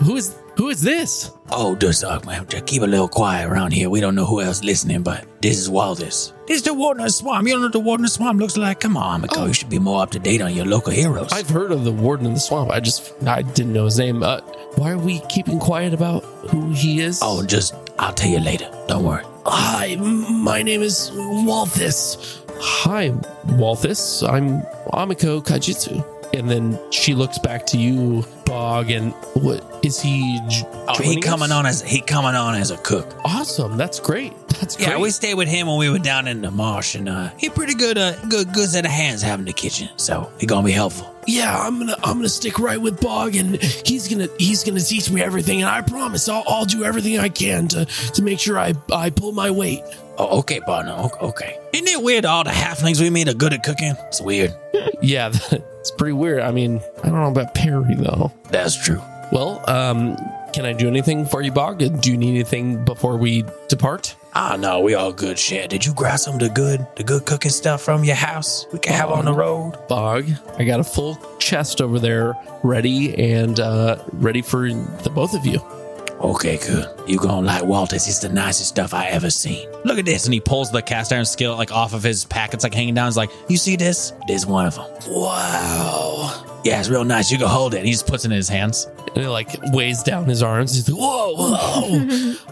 who is who is this?
Oh, just uh, man, just keep a little quiet around here. We don't know who else listening, but this is Waldus. This is the Warden of Swamp. You don't know what the Warden of Swamp looks like? Come on,
Oh.
Miko. You should be more up to date on your local heroes.
I've heard of the warden of the swamp. I just I didn't know his name. Uh, why are we keeping quiet about who he is?
Oh, just I'll tell you later. Don't worry.
hi. m- My name is Walthus. Hi, Walthus. I'm Amiko Kajitsu. And then she looks back to you, Bog, and what is Oh, he? j-
Oh, he
joining
coming
us?
on as he coming on as a cook.
Awesome. That's great. That's great.
Yeah, we stayed with him when we were down in the marsh, and uh, he pretty good, uh, good, good set of hands having the kitchen. So he gonna be helpful.
yeah, I'm gonna I'm gonna stick right with Bog, and he's gonna he's gonna teach me everything, and I promise I'll I'll do everything I can to to make sure I I pull my weight.
Oh, okay, partner. o- Okay. Isn't it weird? All the halflings we meet are good at cooking. It's weird.
Yeah, it's pretty weird. I mean, I don't know about Perry though.
That's true.
Well, um, can I do anything for you, Bog? Do you need anything before we depart?
Ah, no, we all good. Shit. Did you grab some of the good, the good cooking stuff from your house? We can have on the road.
Bog, I got a full chest over there, ready and uh, ready for the both of you.
Okay, good. You gonna like Walters? It's the nicest stuff I ever seen. Look at this.
And he pulls the cast iron skillet like off of his pack. It's like hanging down. He's like,
You see this? This one of them. Wow. Yeah, it's real nice. You can hold it.
and he just puts it in his hands.
And it like weighs down his arms. He's like, "Whoa, whoa,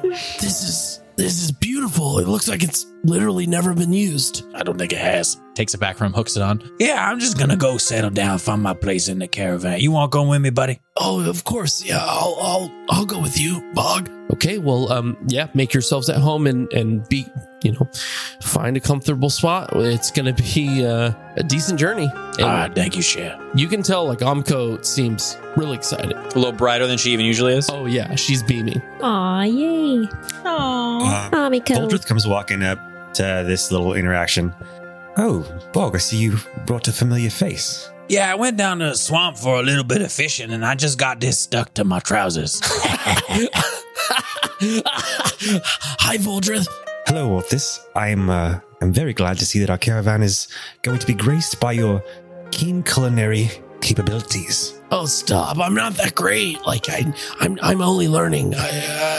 this is this is beautiful. It looks like it's literally never been used."
I don't think it has.
Takes it back from him, hooks it on.
Yeah, I'm just gonna go settle down, find my place in the caravan. You want to go with me, buddy?
Oh, of course, yeah. I'll I'll I'll go with you, Bog. Okay, well, um, yeah. Make yourselves at home and and be you know, find a comfortable spot. It's gonna be uh, a decent journey. And
All right, thank you, Cher.
You can tell like Amko seems really excited.
A little brighter than she even usually is.
Oh yeah, she's beaming.
Aw, yay.
Oh,
Um,
Amiko.
Boldrith comes walking up to this little interaction. Oh, Bog, I see you brought a familiar face.
Yeah, I went down to the swamp for a little bit of fishing, and I just got this stuck to my trousers.
Hi, Voldrith.
Hello, Orthis. I'm uh, I'm very glad to see that our caravan is going to be graced by your keen culinary capabilities.
Oh, stop! I'm not that great. Like I, I'm, I'm only learning. I,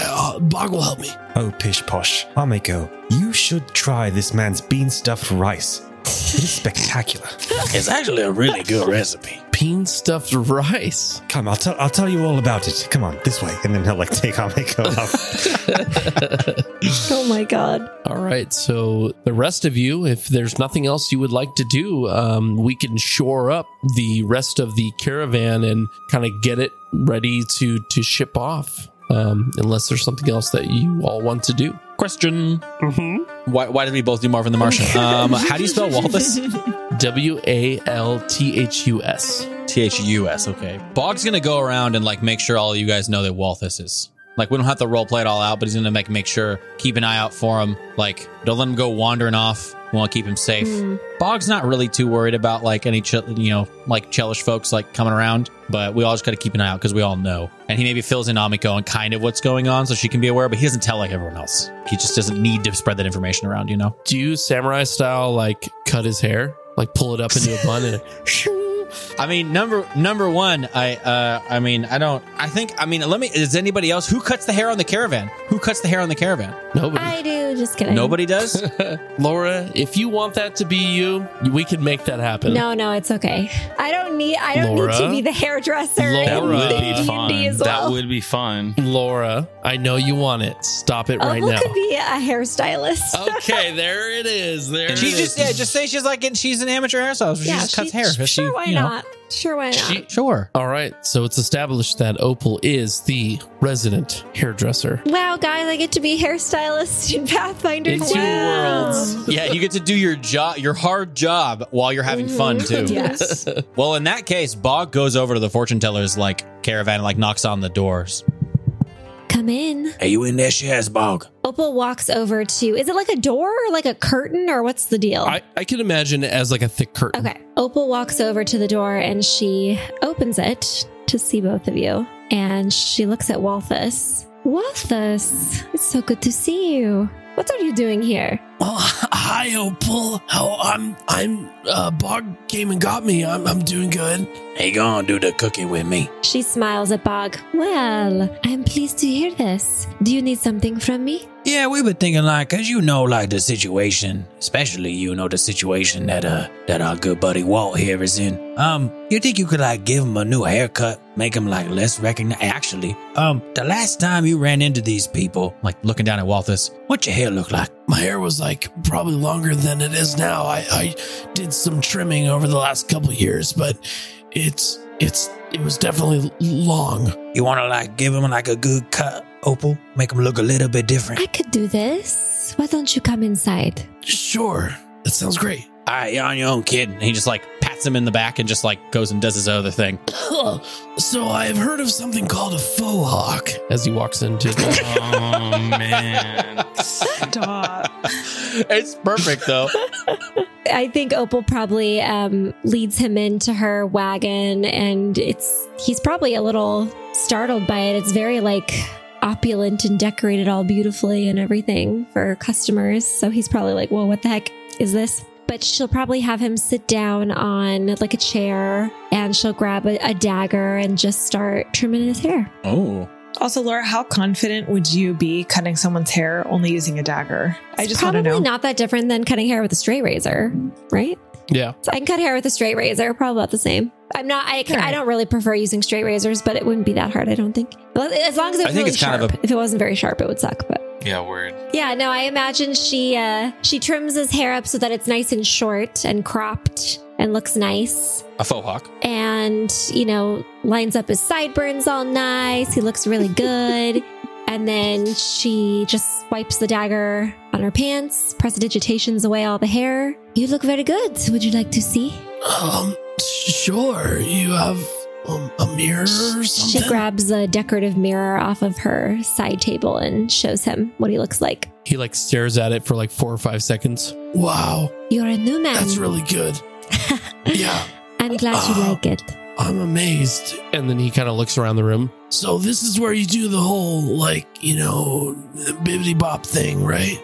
uh, Bog will help me.
Oh, pish posh, Ameko, you should try this man's bean stuffed rice. It is spectacular.
it's actually a really good recipe.
Bean stuffed rice.
Come, I'll tell I'll tell you all about it. Come on, this way, and then he'll like take Ameko up.
Oh my God.
All right. So the rest of you, if there's nothing else you would like to do, um, we can shore up the rest of the caravan and kind of get it ready to to ship off. Um, unless there's something else that you all want to do.
Question. Why, why did we both do Marvin the Martian? Um, how do you spell Walthus?
W a l t h u s.
T H U S. Okay. Bog's gonna go around and like make sure all you guys know that Walthus is. Like we don't have to role play it all out, but he's gonna make make sure keep an eye out for him. Like don't let him go wandering off. We want to keep him safe.
Hmm.
Bog's not really too worried about like any ch- you know like Chelish folks like coming around, but we all just got to keep an eye out because we all know. And he maybe fills in Amiko and kind of what's going on so she can be aware, but he doesn't tell like everyone else. He just doesn't need to spread that information around, you know.
Do you samurai style like cut his hair, like pull it up into a bun? And,
I mean, number number one, I uh, I mean, I don't. I think I mean, let me. Is anybody else who cuts the hair on the caravan? Who cuts the hair on the caravan?
Nobody.
I do. Just kidding.
Nobody does.
Laura, if you want that to be you, we can make that happen.
No, no, it's okay. I don't need. I don't need to
Laura?
be the hairdresser.
That
Laura.
would
in
be
D&D
fun.
As well.
That would be fun.
Laura, I know you want it. Stop it right
Opal
now.
could be a hairstylist.
okay, there it is. There
she
it is.
just yeah, just say she's like she's an amateur hairstylist. She just cuts
she-
hair.
Sure,
She-
why
you know.
not? Sure, why not?
She-
Sure.
All right, so it's established that Opal is the resident hairdresser.
wow, guys, I get to be hairstylist in Pathfinder
In
too.
two worlds.
yeah, you get to do your job, your hard job, while you're having fun too.
Mhm. Yes.
Well, in that case, Bog goes over to the fortune teller's like caravan, and, like knocks on the doors.
Come in.
Hey, you in there, Cher's bog?
Opal walks over to. Is it like a door or like a curtain or what's the deal?
I, I can imagine it as like a thick curtain.
okay. Opal walks over to the door and she opens it to see both of you. And she looks at Walthus. Walthus, it's so good to see you. What are you doing here?
Well, hi Opal. How I'm I'm uh Bog came and got me. I'm I'm doing good.
Hey, gonna do the cooking with me.
She smiles at Bog. Well, I'm pleased to hear this. Do you need something from me?
Yeah,
Yeah, we've been thinking like, cause you know, like the situation, especially you know the situation that uh that our good buddy Walt here is in. Um, you think you could like give him a new haircut, make him like less recognized? Actually, um, the last time you ran into these people, like looking down at Walthus, what your hair look like?
My hair was like probably longer than it is now. I, I did some trimming over the last couple years, but it's it's it was definitely long.
You want to like give him like a good cut, Opal, make him look a little bit different.
I could do this. Why don't you come inside?
Sure, that sounds great.
All right, you're on your own, kid.
And he just like pats him in the back and just like goes and does his other thing.
so I have heard of something called a faux hawk. As he walks into the
Oh man.
Stop.
it's perfect though.
I think Opal probably um, leads him into her wagon, and it's he's probably a little startled by it. It's very like opulent and decorated all beautifully and everything for customers. So he's probably like, "Whoa, what the heck is this?" But she'll probably have him sit down on like a chair, and she'll grab a, a dagger and just start trimming his hair.
Oh.
Also, Laura, how confident would you be cutting someone's hair only using a dagger? I
It's
just want to
probably
know.
not that different than cutting hair with a straight razor, right?
yeah,
So I can cut hair with a straight razor, probably about the same. I'm not. I,
All right.
I don't really prefer using straight razors, but it wouldn't be that hard. I don't think. Well, As long as it
I think
was really
it's
sharp.
kind of
if it wasn't very sharp, it would suck. But
Yeah, word.
yeah, no. I imagine she uh, she trims his hair up so that it's nice and short and cropped and looks nice,
A faux hawk.
and you know lines up his sideburns all nice. He looks really good. And then she just wipes the dagger on her pants, prestidigitations away all the hair. You look very good. Would you like to see?
um, sure. You have um, a mirror or
She
something.
grabs a decorative mirror off of her side table and shows him what he looks like.
he like stares at it for like four or five seconds. Wow,
You're a new man.
that's really good. yeah,
I'm glad you
Oh.
like it.
I'm amazed. And then he kind of looks around the room. So this is where you do the whole like you know bibbity bop thing, right?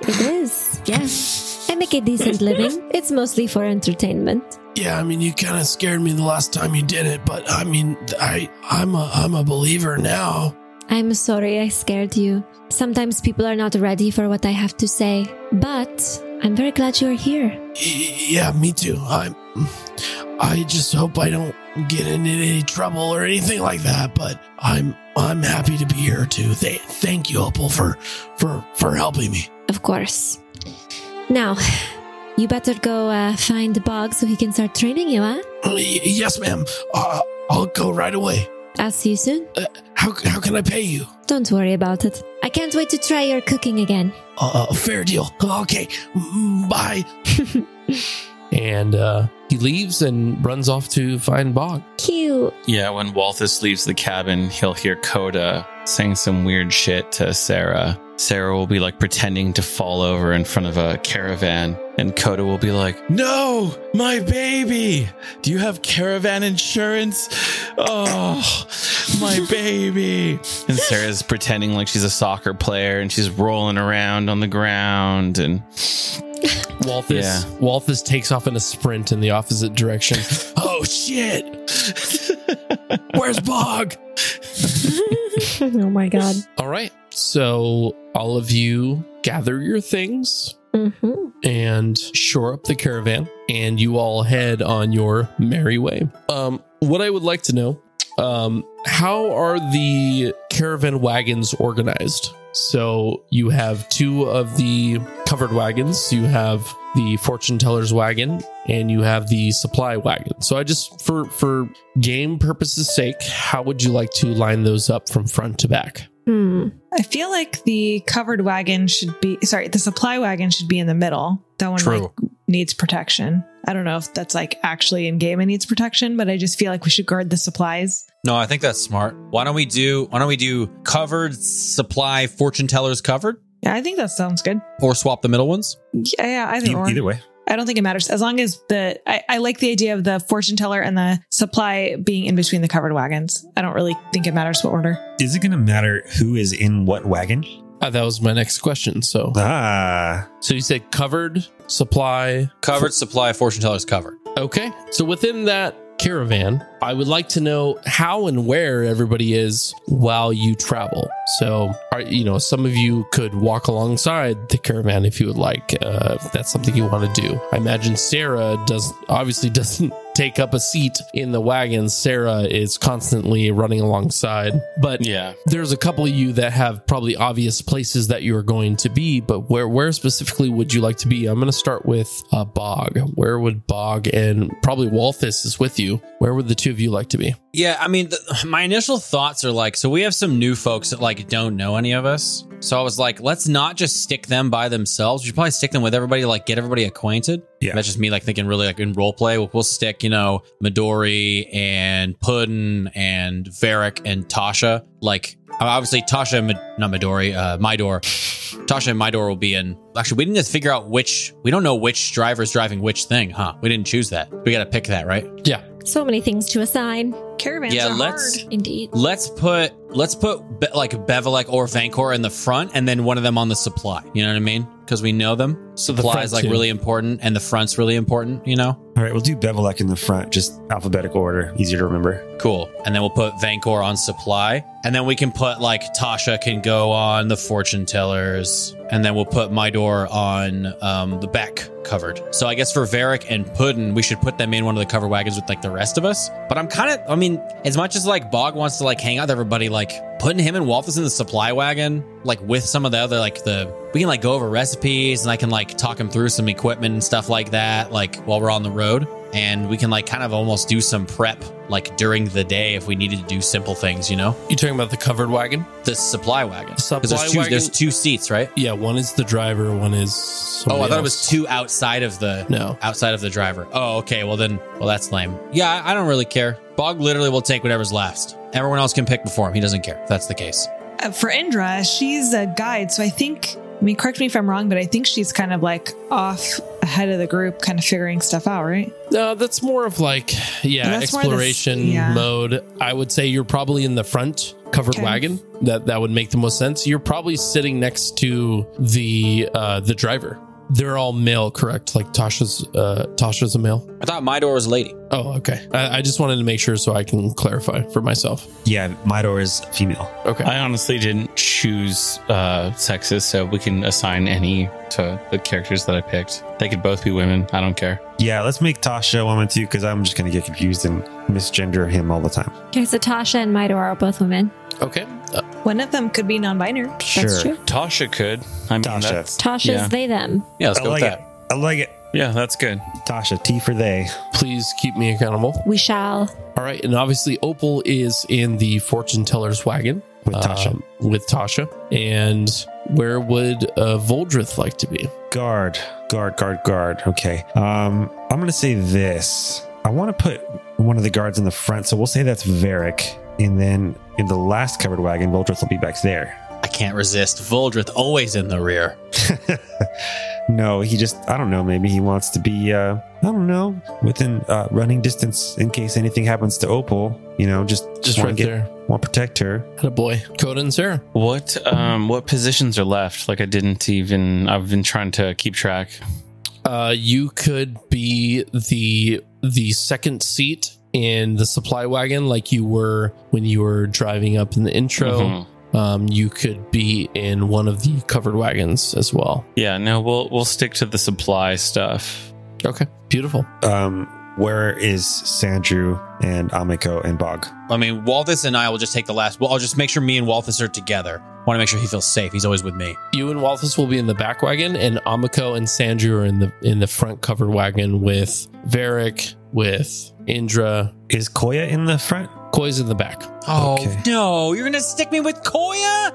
It is. Yes. I make a decent living. It's mostly for entertainment.
Yeah, I mean, you kind of scared me the last time you did it, but I mean, I I'm a I'm a believer now.
I'm sorry I scared you. Sometimes people are not ready for what I have to say, but I'm very glad you're here.
Y- Yeah, me too. I'm. I just hope I don't get into any trouble or anything like that. But I'm I'm happy to be here too. Th- thank you, Opal, for for for helping me.
Of course. Now, you better go uh, find Bog so he can start training you, huh?
Y- yes, ma'am. Uh, I'll go right away.
I'll see you soon.
How how can I pay you?
Don't worry about it. I can't wait to try your cooking again.
Uh, fair deal. Okay, Mm, bye. And uh, he leaves and runs off to find Bog.
Cute.
Yeah, when Walthus leaves the cabin, he'll hear Coda saying some weird shit to Sarah. Sarah will be like pretending to fall over in front of a caravan, and Coda will be like, No, my baby! Do you have caravan insurance? Oh, my baby! And Sarah's pretending like she's a soccer player and she's rolling around on the ground. And
Walthus
Yeah.
Walthus takes off in a sprint in the opposite direction. oh shit! Where's Bog?
oh my god.
All right. So all of you gather your things
Mm-hmm.
and shore up the caravan, and you all head on your merry way. Um, what I would like to know, um, how are the caravan wagons organized? So you have two of the covered wagons. You have the fortune teller's wagon, and you have the supply wagon. So I just for for game purposes' sake, how would you like to line those up from front to back?
Hmm.
I feel like the covered wagon should be sorry, the supply wagon should be in the middle. That one like,
True.
needs protection. I don't know if that's like actually in game and needs protection, but I just feel like we should guard the supplies.
No, I think that's smart. Why don't we do why don't we do covered supply fortune tellers covered?
Yeah, I think that sounds good.
Or swap the middle ones?
Yeah, yeah either
E-
or.
Either way.
I don't think it matters as long as the I, I like the idea of the fortune teller and the supply being in between the covered wagons. I don't really think it matters what order.
Is it going to matter who is in what wagon?
Uh, that was my next question. So
Ah.
So you said covered supply.
Covered supply fortune tellers covered.
Okay. So within that caravan, I would like to know how and where everybody is while you travel. So, are, you know, some of you could walk alongside the caravan if you would like. Uh, if that's something you want to do. I imagine Sarah does obviously doesn't take up a seat in the wagon. Sarah is constantly running alongside, but
Yeah.
there's a couple of you that have probably obvious places that you're going to be, but where where specifically would you like to be? I'm going to start with uh, Bog. Where would Bog and probably Walthus is with you? Where would the two of you like to be?
Yeah, I mean, the, my initial thoughts are like, so we have some new folks that like don't know any of us. So I was like, let's not just stick them by themselves. We should probably stick them with everybody, to, like get everybody acquainted.
Yeah.
that's just me like thinking really like in role play. We'll, we'll stick, you know, Midori and Puddin and Varric and Tasha. Like obviously Tasha, and Mid- not Midori, uh, Midor. Tasha and Midor will be in. Actually, we didn't just figure out which. We don't know which driver's driving which thing, huh? We didn't choose that. We got to pick that, right?
So many things to assign.
Caravans
Yeah,
are
let's-
hard.
Indeed.
Let's put let's put Be- like Bevelek or Vancor in the front, and then one of them on the supply. You know what I mean? Because we know them. Supply
front
is like
two.
really important, and the front's really important. You know?
All right, we'll do Bevelek in the front, just alphabetical order, easier to remember.
Cool. And then we'll put Vancor on supply, and then we can put like Tasha can go on the fortune tellers, and then we'll put Midor on um, the back covered. So I guess for Varric and Puddin, we should put them in one of the cover wagons with like the rest of us. But I'm kind of, I mean, as much as like Bog wants to like hang out with everybody, like putting him and Walthus in the supply wagon, like with some of the other like the we can like go over recipes, and I can like talk him through some equipment and stuff like that, like while we're on the road and we can like kind of almost do some prep like during the day if we needed to do simple things, you know?
You talking about the covered wagon?
The supply wagon. 'Cause
Supply
there's two,
wagon-
there's two seats, right?
Yeah, one is the driver, one is.
Oh,
somebody
I thought it was
else.
two outside of the
No,
outside of the driver. Oh, okay. Well then, well that's lame. Yeah, I- I don't really care. Bog literally will take whatever's last. Everyone else can pick before him. He doesn't care. If that's the case.
Uh, for Indra, she's a guide, so I think. I mean, correct me if I'm wrong, but I think she's kind of like off ahead of the group, kind of figuring stuff out, right?
no, that's more of like yeah
That's more the-
exploration
yeah.
mode. I would say you're probably in the front covered
Okay.
wagon. That that would make the most sense. You're probably sitting next to the uh, the driver. They're all male, correct? Like Tasha's uh, Tasha's a male.
I thought my door was a lady.
Oh, okay. I, I just wanted to make sure so I can clarify for myself.
Yeah, Midor is female.
Okay.
I honestly didn't choose uh, sexes, so we can assign any to the characters that I picked. They could both be women. I don't care.
Yeah, let's make Tasha a woman too, because I'm just going to get confused and misgender him all the time.
Okay, so Tasha and Midor are both women.
Okay.
One of them could be non-binary.
That's true.
Tasha could. I mean,
Tasha.
Mm, That's,
Tasha's
Yeah.
they them.
Yeah, let's
I
go
like
with
it.
that.
I like it.
yeah, that's good.
Tasha, T for they.
Please keep me accountable.
We shall.
All right. And obviously, Opal is in the fortune teller's wagon
With Tasha.
um, With Tasha. And where would uh, Voldrith like to be?
Guard, guard, guard, guard. Okay. Um, I'm going to say this. I want to put one of the guards in the front, so we'll say that's Varric. And then in the last covered wagon, Voldrith will be back there.
I can't resist. Voldrith always in the rear.
no, he just, I don't know, maybe he wants to be, uh, I don't know, within uh, running distance in case anything happens to Opal. You know, just,
Just
wanna
right
get-
there.
Want to protect her.
Had a boy. Coda and Sarah.
What um what positions are left? Like I didn't even I've been trying to keep track.
Uh, you could be the the second seat in the supply wagon, like you were when you were driving up in the intro.
Mm-hmm.
Mhm.
Um, you could be in one of the covered wagons as well.
Yeah, no, we'll we'll stick to the supply stuff.
Okay. Beautiful.
Um, where is Sandrew and Amiko and Bog?
I mean, Walthus and I will just take the last. Well, I'll just make sure me and Walthus are together. Want to make sure he feels safe. He's always with me.
You and Walthus will be in the back wagon, and Amiko and Sandru are in the in the front covered wagon with Varric, with Indra.
Is Koya in the front?
Koi's in the back.
Oh
Okay.
no! You're gonna stick me with Koya?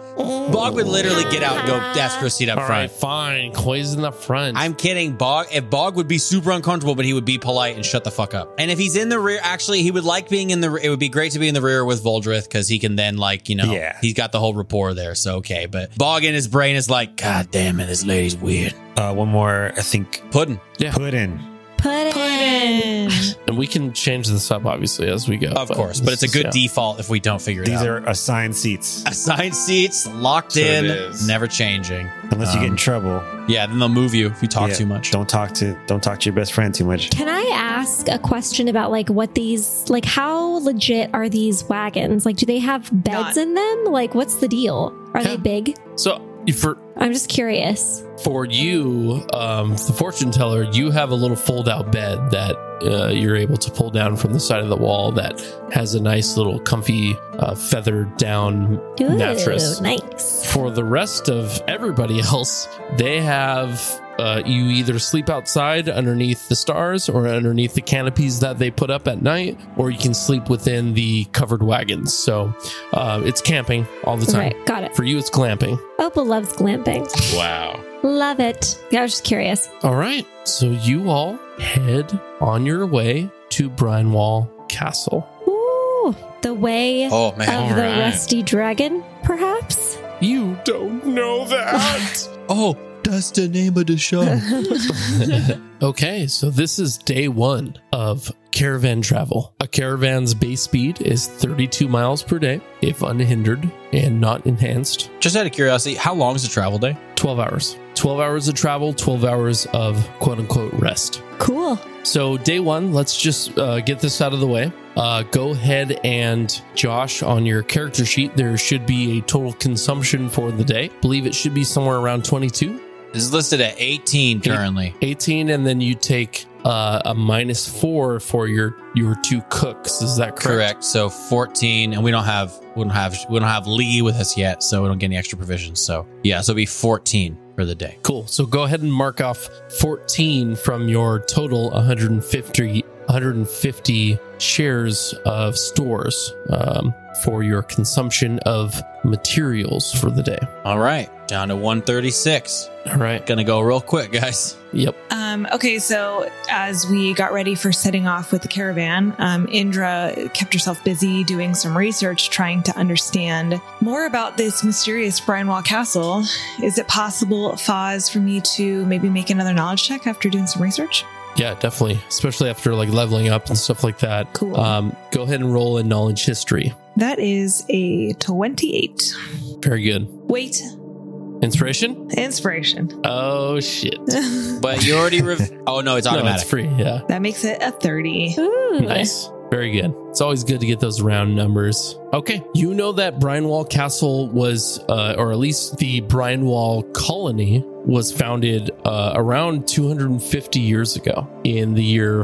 Bog would literally get out and go ask for a seat up
All right,
front.
fine. Koi's in the front.
I'm kidding. Bog, if Bog would be super uncomfortable, but he would be polite and shut the fuck up. And if he's in the rear, actually, he would like being in the. re- It would be great to be in the rear with Voldrith because he can then like you know
Yeah.
he's got the whole rapport there. So okay, but Bog in his brain is like God damn it, this lady's weird.
Uh, one more, I think.
Puddin,
Yeah.
Puddin.
Puddin.
And we can change this up, obviously, as we go.
Of course, but it's a
this is-
good default if we don't figure it
These
out.
are assigned seats.
assigned seats, locked
So
in,
it is.
never changing.
Unless you get
Um,
in trouble,
Yeah, then they'll move you if you talk
Yeah,
too much.
don't talk to don't talk to your best friend too much.
Can I ask a question about like what these like how legit are these wagons? Like do they have
Not-
beds in them? Like what's the deal? Are
Yeah.
they big?
Yeah. So for
I'm just curious.
for you, um, the fortune teller, you have a little fold out bed that uh, you're able to pull down from the side of the wall that has a nice little comfy uh, feathered down
Ooh,
mattress.
Nice.
For the rest of everybody else, they have uh, you either sleep outside underneath the stars or underneath the canopies that they put up at night, or you can sleep within the covered wagons. So uh, it's camping all the time.
Right, got it.
For you, it's glamping.
Opal loves glamping.
Wow.
Love it. I was just curious.
All right. So you all head on your way to Brinewall Castle.
Ooh, the way
Oh man.
of
all
the
right.
rusty dragon, perhaps?
You don't know that.
Oh, that's the name of the show.
okay, so this is day one of caravan travel. A caravan's base speed is 32 miles per day, if unhindered and not enhanced.
Just out of curiosity, how long is the travel day?
12 hours. 12 hours of travel, 12 hours of quote unquote rest.
Cool.
So, day one, let's just uh, get this out of the way. Uh, go ahead and Josh, on your character sheet, there should be a total consumption for the day. believe it should be somewhere around 22.
This is listed at 18 currently.
18 and then you take uh, a minus four for your your two cooks is that
Correct.
correct
So 14, and we don't have we don't have we don't have Lee with us yet, so we don't get any extra provisions. So yeah, so it'll be 14 for the day.
cool so go ahead and mark off 14 from your total 150 150 shares of stores um, for your consumption of materials for the day
All right, down to 136.
all right
Gonna go real quick, guys.
yep
Um, okay, so as we got ready for setting off with the caravan, um, Indra kept herself busy doing some research, trying to understand more about this mysterious Brianwall Castle. Is it possible, Foz, for me to maybe make another knowledge check after doing some research?
yeah definitely especially after like leveling up and stuff like that
Cool.
um, go ahead and roll in knowledge history
That is a 28.
very good
Wait,
inspiration
inspiration.
oh shit
that
But you already rev- oh no, it's
No, it's
automatic.
free yeah
makes it a 30.
Ooh.
Nice. Very good. It's always good to get those round numbers. Okay. You know that Brianwall Castle was, uh, or at least the Brianwall colony was founded uh, around 250 years ago in the year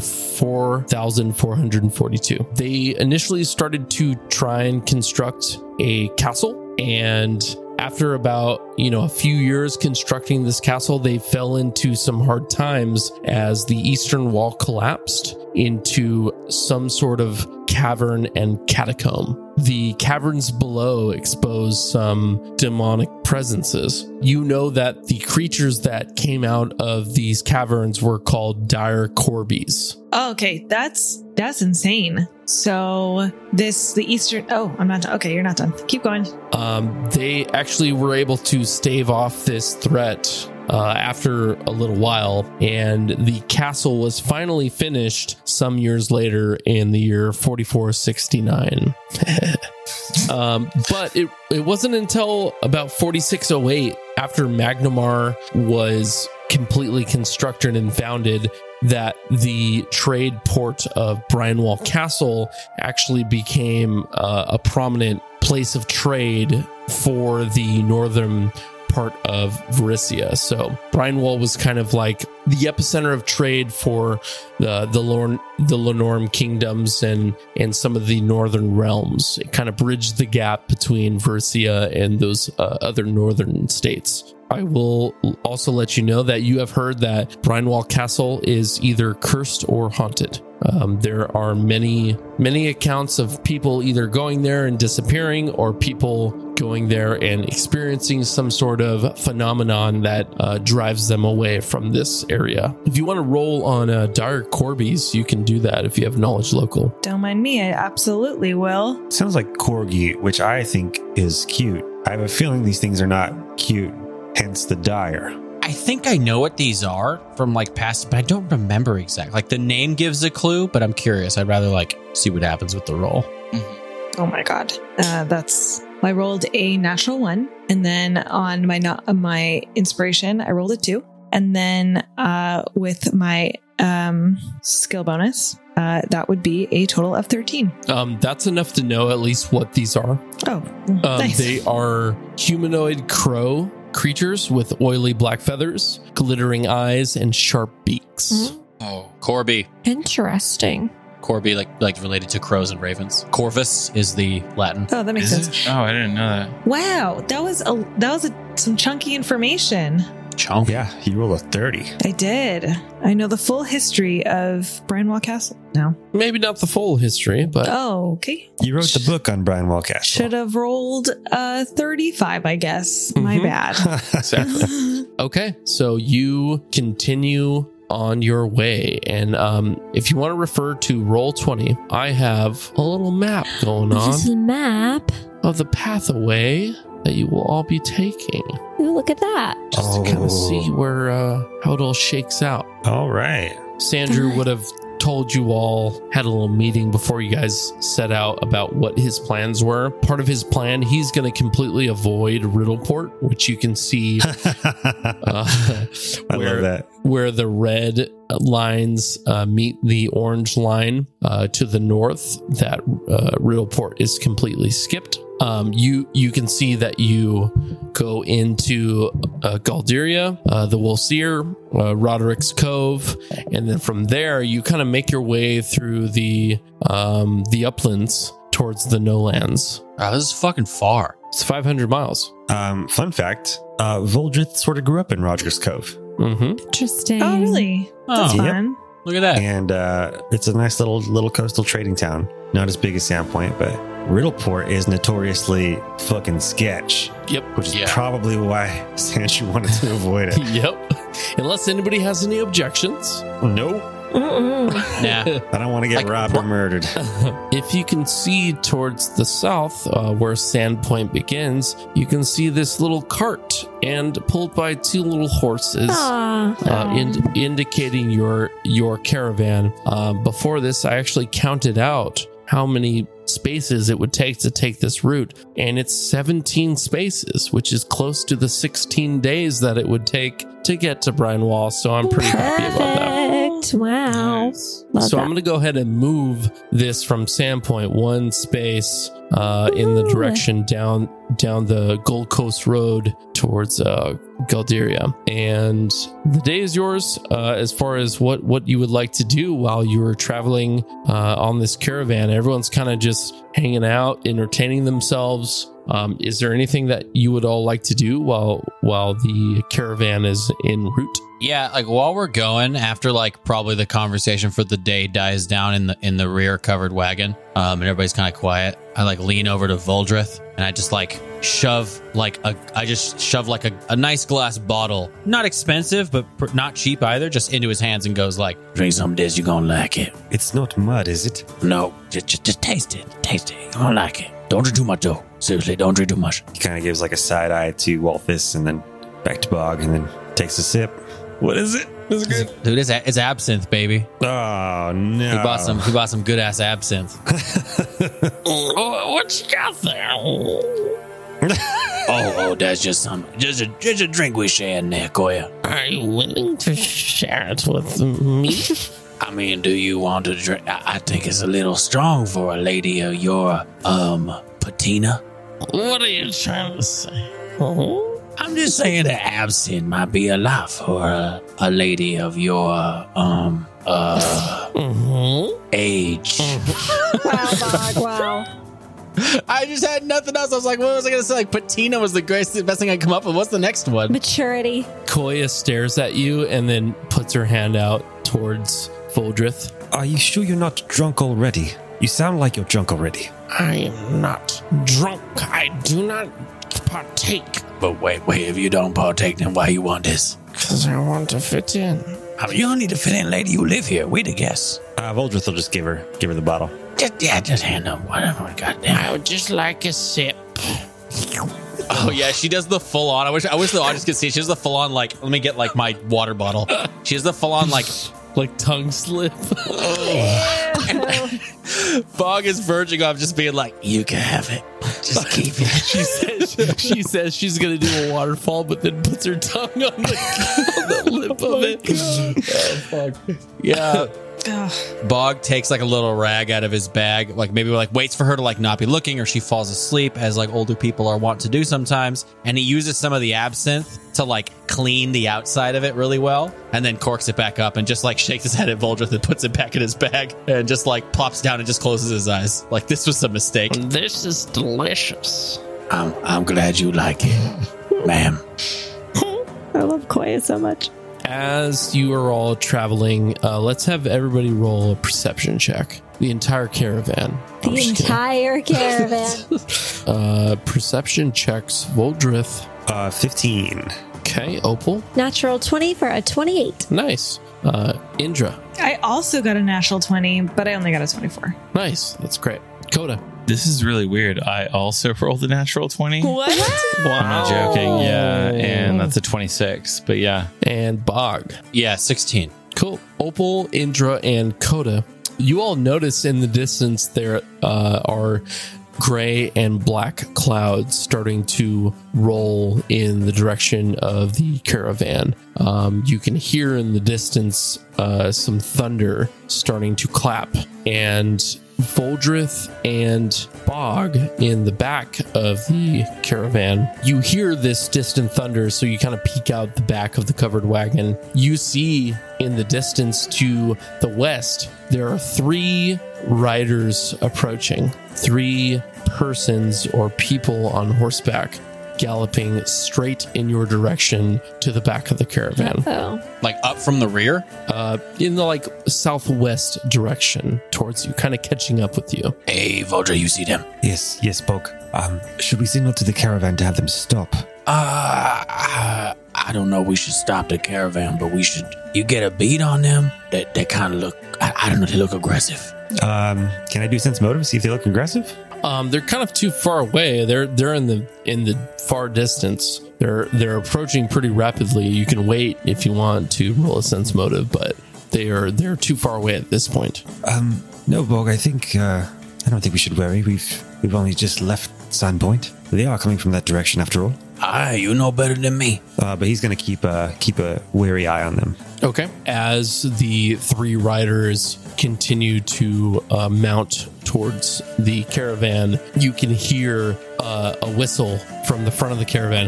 4442. They initially started to try and construct a castle and after about you know a few years constructing this castle they fell into some hard times as the eastern wall collapsed into some sort of cavern and catacomb the caverns below expose some demonic presences you know that the creatures that came out of these caverns were called dire corbies
Oh, okay, that's that's insane. So this the Eastern. Oh, I'm not done. Okay, you're not done. Keep going.
um, they actually were able to stave off this threat uh, after a little while, and the castle was finally finished some years later in the year 4469. um, but it, it wasn't until about 4608, after Magnamar was completely constructed and founded, that the trade port of Brianwall Castle actually became uh, a prominent place of trade for the northern part of Varissia. So Brianwall was kind of like the epicenter of trade for the the Lorn, the Lenorm kingdoms and and some of the northern realms. It kind of bridged the gap between Varissia and those uh, other northern states. I will also let you know that you have heard that Brianwall Castle is either cursed or haunted. Um, there are many, many accounts of people either going there and disappearing or people going there and experiencing some sort of phenomenon that uh, drives them away from this area. If you want to roll on uh, Dire Corbies, you can do that if you have knowledge local.
Don't mind me. I absolutely will.
Sounds like corgi, which I think is cute. I have a feeling these things are not cute, hence the dire.
I think I know what these are from like past, but I don't remember exactly. Like the name gives a clue, but I'm curious. I'd rather like see what happens with the roll.
Oh my god, uh, that's. I rolled a natural one, and then on my not my inspiration, I rolled a two, and then uh, with my um, skill bonus, uh, that would be a total of thirteen.
Um, that's enough to know at least what these are.
Oh,
Um,
nice.
They are humanoid crow creatures with oily black feathers, glittering eyes, and sharp beaks.
Mhm.
Oh, Corby.
Interesting.
Corby, like like related to crows and ravens. Corvus is the Latin.
oh, that makes
Is
sense.
it? Oh, I didn't know that.
Wow, that was a that was a, some chunky information.
Chunk.
Yeah, you roll a 30.
I did. I know the full history of Brinewall Castle now.
Maybe not the full history, but
Oh, okay.
You wrote the book on Brian Wallcastle.
Should have rolled uh, 35, I guess. My
Mhm.
bad.
okay. So you continue on your way. And um, if you want to refer to roll 20, I have a little map going on
This is a map.
of the pathway that you will all be taking
Ooh, look at that.
just to kind
Oh.
of see where uh, how it all shakes out.
All right.
Sandrew would have told you all, had a little meeting before you guys set out about what his plans were. Part of his plan, he's going to completely avoid Riddleport, which you can see uh,
I
where
love that.
where the red lines uh, meet the orange line uh, to the north, that uh, Riddleport is completely skipped. Um, you you can see that you go into uh, Galderia, uh, the Wolseer, uh, Roderick's Cove, and then from there you kind of make your way through the um, the uplands towards the no lands.
Wow, Oh, this is fucking far.
It's 500 miles.
Um, fun fact uh, Voldrith sort of grew up in Rogers Cove,
hmm
Interesting.
oh, really? That's
Oh,
Yep.
fun.
look at that.
and uh, it's a nice little little coastal trading town. Not as big as Sandpoint, but Riddleport is notoriously fucking sketch,
Yep.
which is
Yeah.
probably why Sanchu wanted to avoid it.
yep. Unless anybody has any objections.
nope.
Mm-mm.
Nah.
I don't want to get
Like,
robbed
what-
or murdered.
if you can see towards the south, uh, where Sandpoint begins, you can see this little cart and pulled by two little horses.
Aw.
Uh, ind- indicating your your caravan. Um, before this, I actually counted out how many spaces it would take to take this route, and it's 17 spaces, which is close to the 16 days that it would take to get to Brian Wall. So I'm pretty happy about that.
Perfect. Wow. Love
So
that.
I'm going to go ahead and move this from Sandpoint one space uh, in the
Ooh.
direction down down the Gold Coast Road towards uh, Galderia. And the day is yours uh, as far as what what you would like to do while you're traveling uh, on this caravan. Everyone's kind of just hanging out, entertaining themselves. Um, is there anything that you would all like to do while while the caravan is en route?
Yeah, like while we're going, after like probably the conversation for the day dies down in the in the rear covered wagon, um, and everybody's kind of quiet. I like lean over to Voldrith and I just like shove like a I just shove like a, a nice glass bottle, not expensive but pr- not cheap either, just into his hands and goes like,
Drink some of this, you're gonna like it.
It's not mud, is it?
No, just, just, just taste it. Taste it. You're gonna like it. Don't drink too much, though. Seriously, don't drink too much.
He kind of gives like a side eye to Walthus and then back to Bog and then takes a sip. What is it? Is it good?
"Dude, it's, a- it's absinthe, baby.
Oh, no.
He bought some. He bought some good ass absinthe.
What you got there?
Oh, oh, that's just some. Just a, just a drink we share in there, Koya.
Are you willing to share it with me?
I mean, do you want to drink? I, I think it's a little strong for a lady of your, um, patina.
What are you trying to say? Oh,
I'm just saying that absinthe might be a lot for a, a lady of your, um, uh,
Mm-hmm.
age.
Wow, Bog, wow.
I just had nothing else. I was like, what was I gonna say? Like patina was the greatest, the best thing I could come up with. What's the next one?
Maturity.
Koya stares at you and then puts her hand out towards Voldrith.
Are you sure you're not drunk already? You sound like you're drunk already.
I am not drunk. I do not partake
But wait, wait, if you don't partake, then why you want this?
because I want to fit in.
I mean, you don't need to fit in, lady. You live here. We the guests.
Uh, Voldrith will just give her give her the bottle.
Just, yeah, just hand up whatever. Goddamn.
I would just like a sip.
Oh yeah, she does the full on. I wish I wish the audience could see. She does the full on like. Let me get like my water bottle. She has the full on like.
like tongue slip.
Fog is verging off, just being like,
You can have it. Just keep it.
she says she says she's gonna do a waterfall, but then puts her tongue on the, on the lip of it. Oh, fuck.
yeah.
Ugh.
Bog takes like a little rag out of his bag, like maybe like waits for her to like not be looking, or she falls asleep, as like older people are wont to do sometimes. And he uses some of the absinthe to like clean the outside of it really well, and then corks it back up and just like shakes his head at Voldrith and puts it back in his bag, and just like plops down and just closes his eyes. Like this was a mistake.
This is delicious.
I'm, I'm glad you like it, ma'am.
I love Koya so much.
As you are all traveling, uh, let's have everybody roll a perception check. The entire caravan. I'm
The
just kidding.
entire caravan.
uh, perception checks. Voldrith.
Uh, 15.
Okay. Opal.
Natural 20 for a 28.
Nice. Uh, Indra.
I also got a national 20, but I only got a 24.
Nice. That's great. Coda.
This is really weird. I also rolled a natural 20.
What?
I'm not joking. Yeah. And that's a 26. But yeah.
And Bog.
Yeah, sixteen.
Cool. Opal, Indra, and Coda. You all notice in the distance there uh, are gray and black clouds starting to roll in the direction of the caravan. Um, you can hear in the distance uh, some thunder starting to clap, and Voldrith and Bog in the back of the caravan. You hear this distant thunder, so you kind of peek out the back of the covered wagon. You see in the distance to the west, there are three riders approaching, three persons or people on horseback galloping straight in your direction to the back of the caravan
Oh.
Like up from the rear.
uh, in the like southwest direction towards you kind of catching up with you
Hey, Voldra, you see them?
Yes, yes, Bog. Um, should we signal to the caravan to have them stop?
Uh, I- I don't know. We should stop the caravan, but we should. You get a beat on them. They, they kind of look. I, I don't know. They look aggressive.
Um, can I do sense motive, see if they look aggressive?
Um, they're kind of too far away. They're they're in the in the far distance. They're they're approaching pretty rapidly. You can wait if you want to roll a sense motive, but they are they're too far away at this point.
Um, no, Bog. I think uh, I don't think we should worry. We've we've only just left Sandpoint. They are coming from that direction after all.
Ah, you know better than me.
Uh, but he's going to keep a keep a wary eye on them.
Okay. As the three riders continue to uh, mount towards the caravan, you can hear uh, a whistle from the front of the caravan.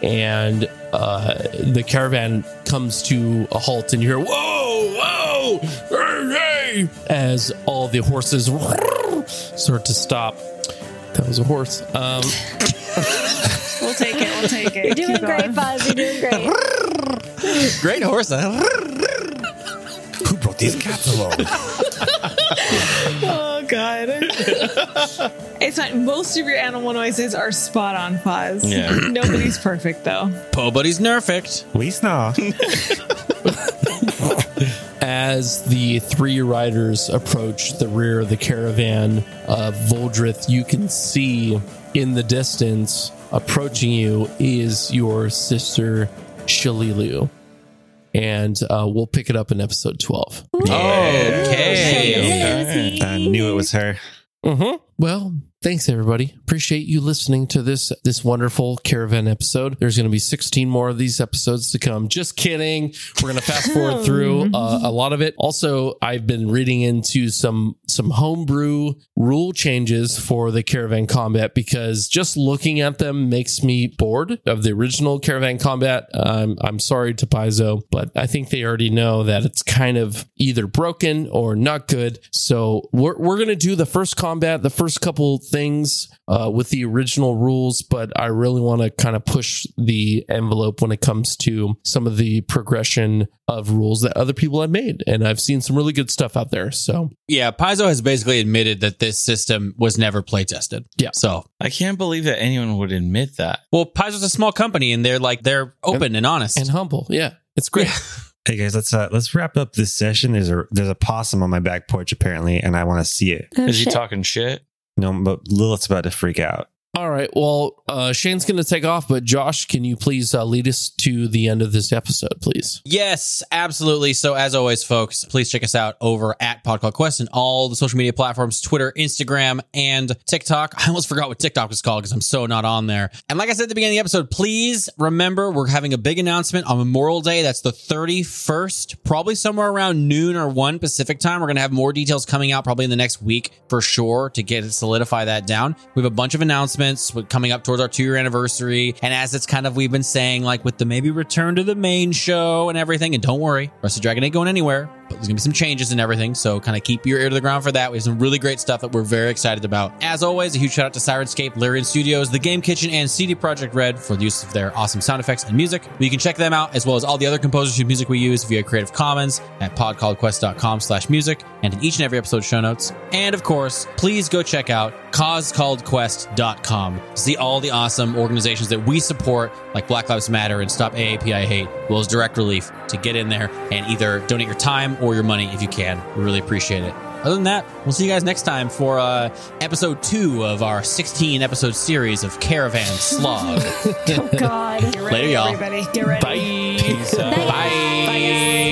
And uh, the caravan comes to a halt, and you hear, Whoa, whoa, hey, hey," as all the horses start to stop. That was a horse. Um,
We'll take it. We'll take it.
You're doing
Keep
great,
going.
Buzz. You're doing great.
Great horse. huh?
Who brought these cats along?
Oh, God. it's not, most of your animal noises are spot on, Pause.
Yeah.
Nobody's perfect, though.
Po buddy's nerfed.
we snarl.
As the three riders approach the rear of the caravan of Voldrith, you can see in the distance approaching you is your sister Shalilu. And uh, we'll pick it up in episode 12.
Okay.
Susie.
I knew it was her.
Mm-hmm. Well, thanks everybody. Appreciate you listening to this this wonderful caravan episode. There's going to be 16 more of these episodes to come. Just kidding. We're going to fast forward through uh, a lot of it. Also, I've been reading into some some homebrew rule changes for the caravan combat because just looking at them makes me bored of the original caravan combat. Um, I'm sorry to Paizo, but I think they already know that it's kind of either broken or not good. So we're, we're going to do the first combat, the first couple things uh, with the original rules, but I really want to kind of push the envelope when it comes to some of the progression of rules that other people have made. And I've seen some really good stuff out there. So
Yeah, Paizo has basically admitted that this system was never play tested.
Yeah.
So
I can't believe that anyone would admit that.
Well, Paizo's a small company and they're like they're open and, honest.
and humble. Yeah, it's great.
Hey guys, let's uh, let's wrap up this session. There's a there's a possum on my back porch apparently, and I want to see it.
Oh,
Is he
shit.
talking shit?
No, but Lilith's about to freak out.
All right. Well, uh, Shane's going to take off, but Josh, can you please uh, lead us to the end of this episode, please?
Yes, absolutely. So as always, folks, please check us out over at Pod Called Quest and all the social media platforms, Twitter, Instagram, and TikTok. I almost forgot what TikTok was called because I'm so not on there. And like I said at the beginning of the episode, please remember we're having a big announcement on Memorial Day. That's the 31st, probably somewhere around noon or 1 Pacific time. We're going to have more details coming out probably in the next week for sure to get solidify that down. We have a bunch of announcements with- coming up towards our two year anniversary. And as it's kind of we've been saying, like with the maybe return to the main show and everything. And don't worry, Rest of Dragon ain't going anywhere. But there's gonna be some changes and everything. So kind of keep your ear to the ground for that. We have some really great stuff that we're very excited about. As always, a huge shout out to Sirenscape, Lyrian Studios, The Game Kitchen, and CD Project Red for the use of their awesome sound effects and music. You can check them out as well as all the other composers whose music we use via Creative Commons at podcalledquest.com slash music and in each and every episode show notes. And of course, please go check out causecalledquest.com to see all the awesome organizations that we support, like Black Lives Matter and Stop AAPI Hate, as well as Direct Relief, to get in there and either donate your time or your money if you can. We really appreciate it. Other than that, we'll see you guys next time for uh, episode two of our 16 episode series of Caravan Slog.
Oh God.
Later, y'all.
Everybody, get ready.
Bye.
Bye.
Bye.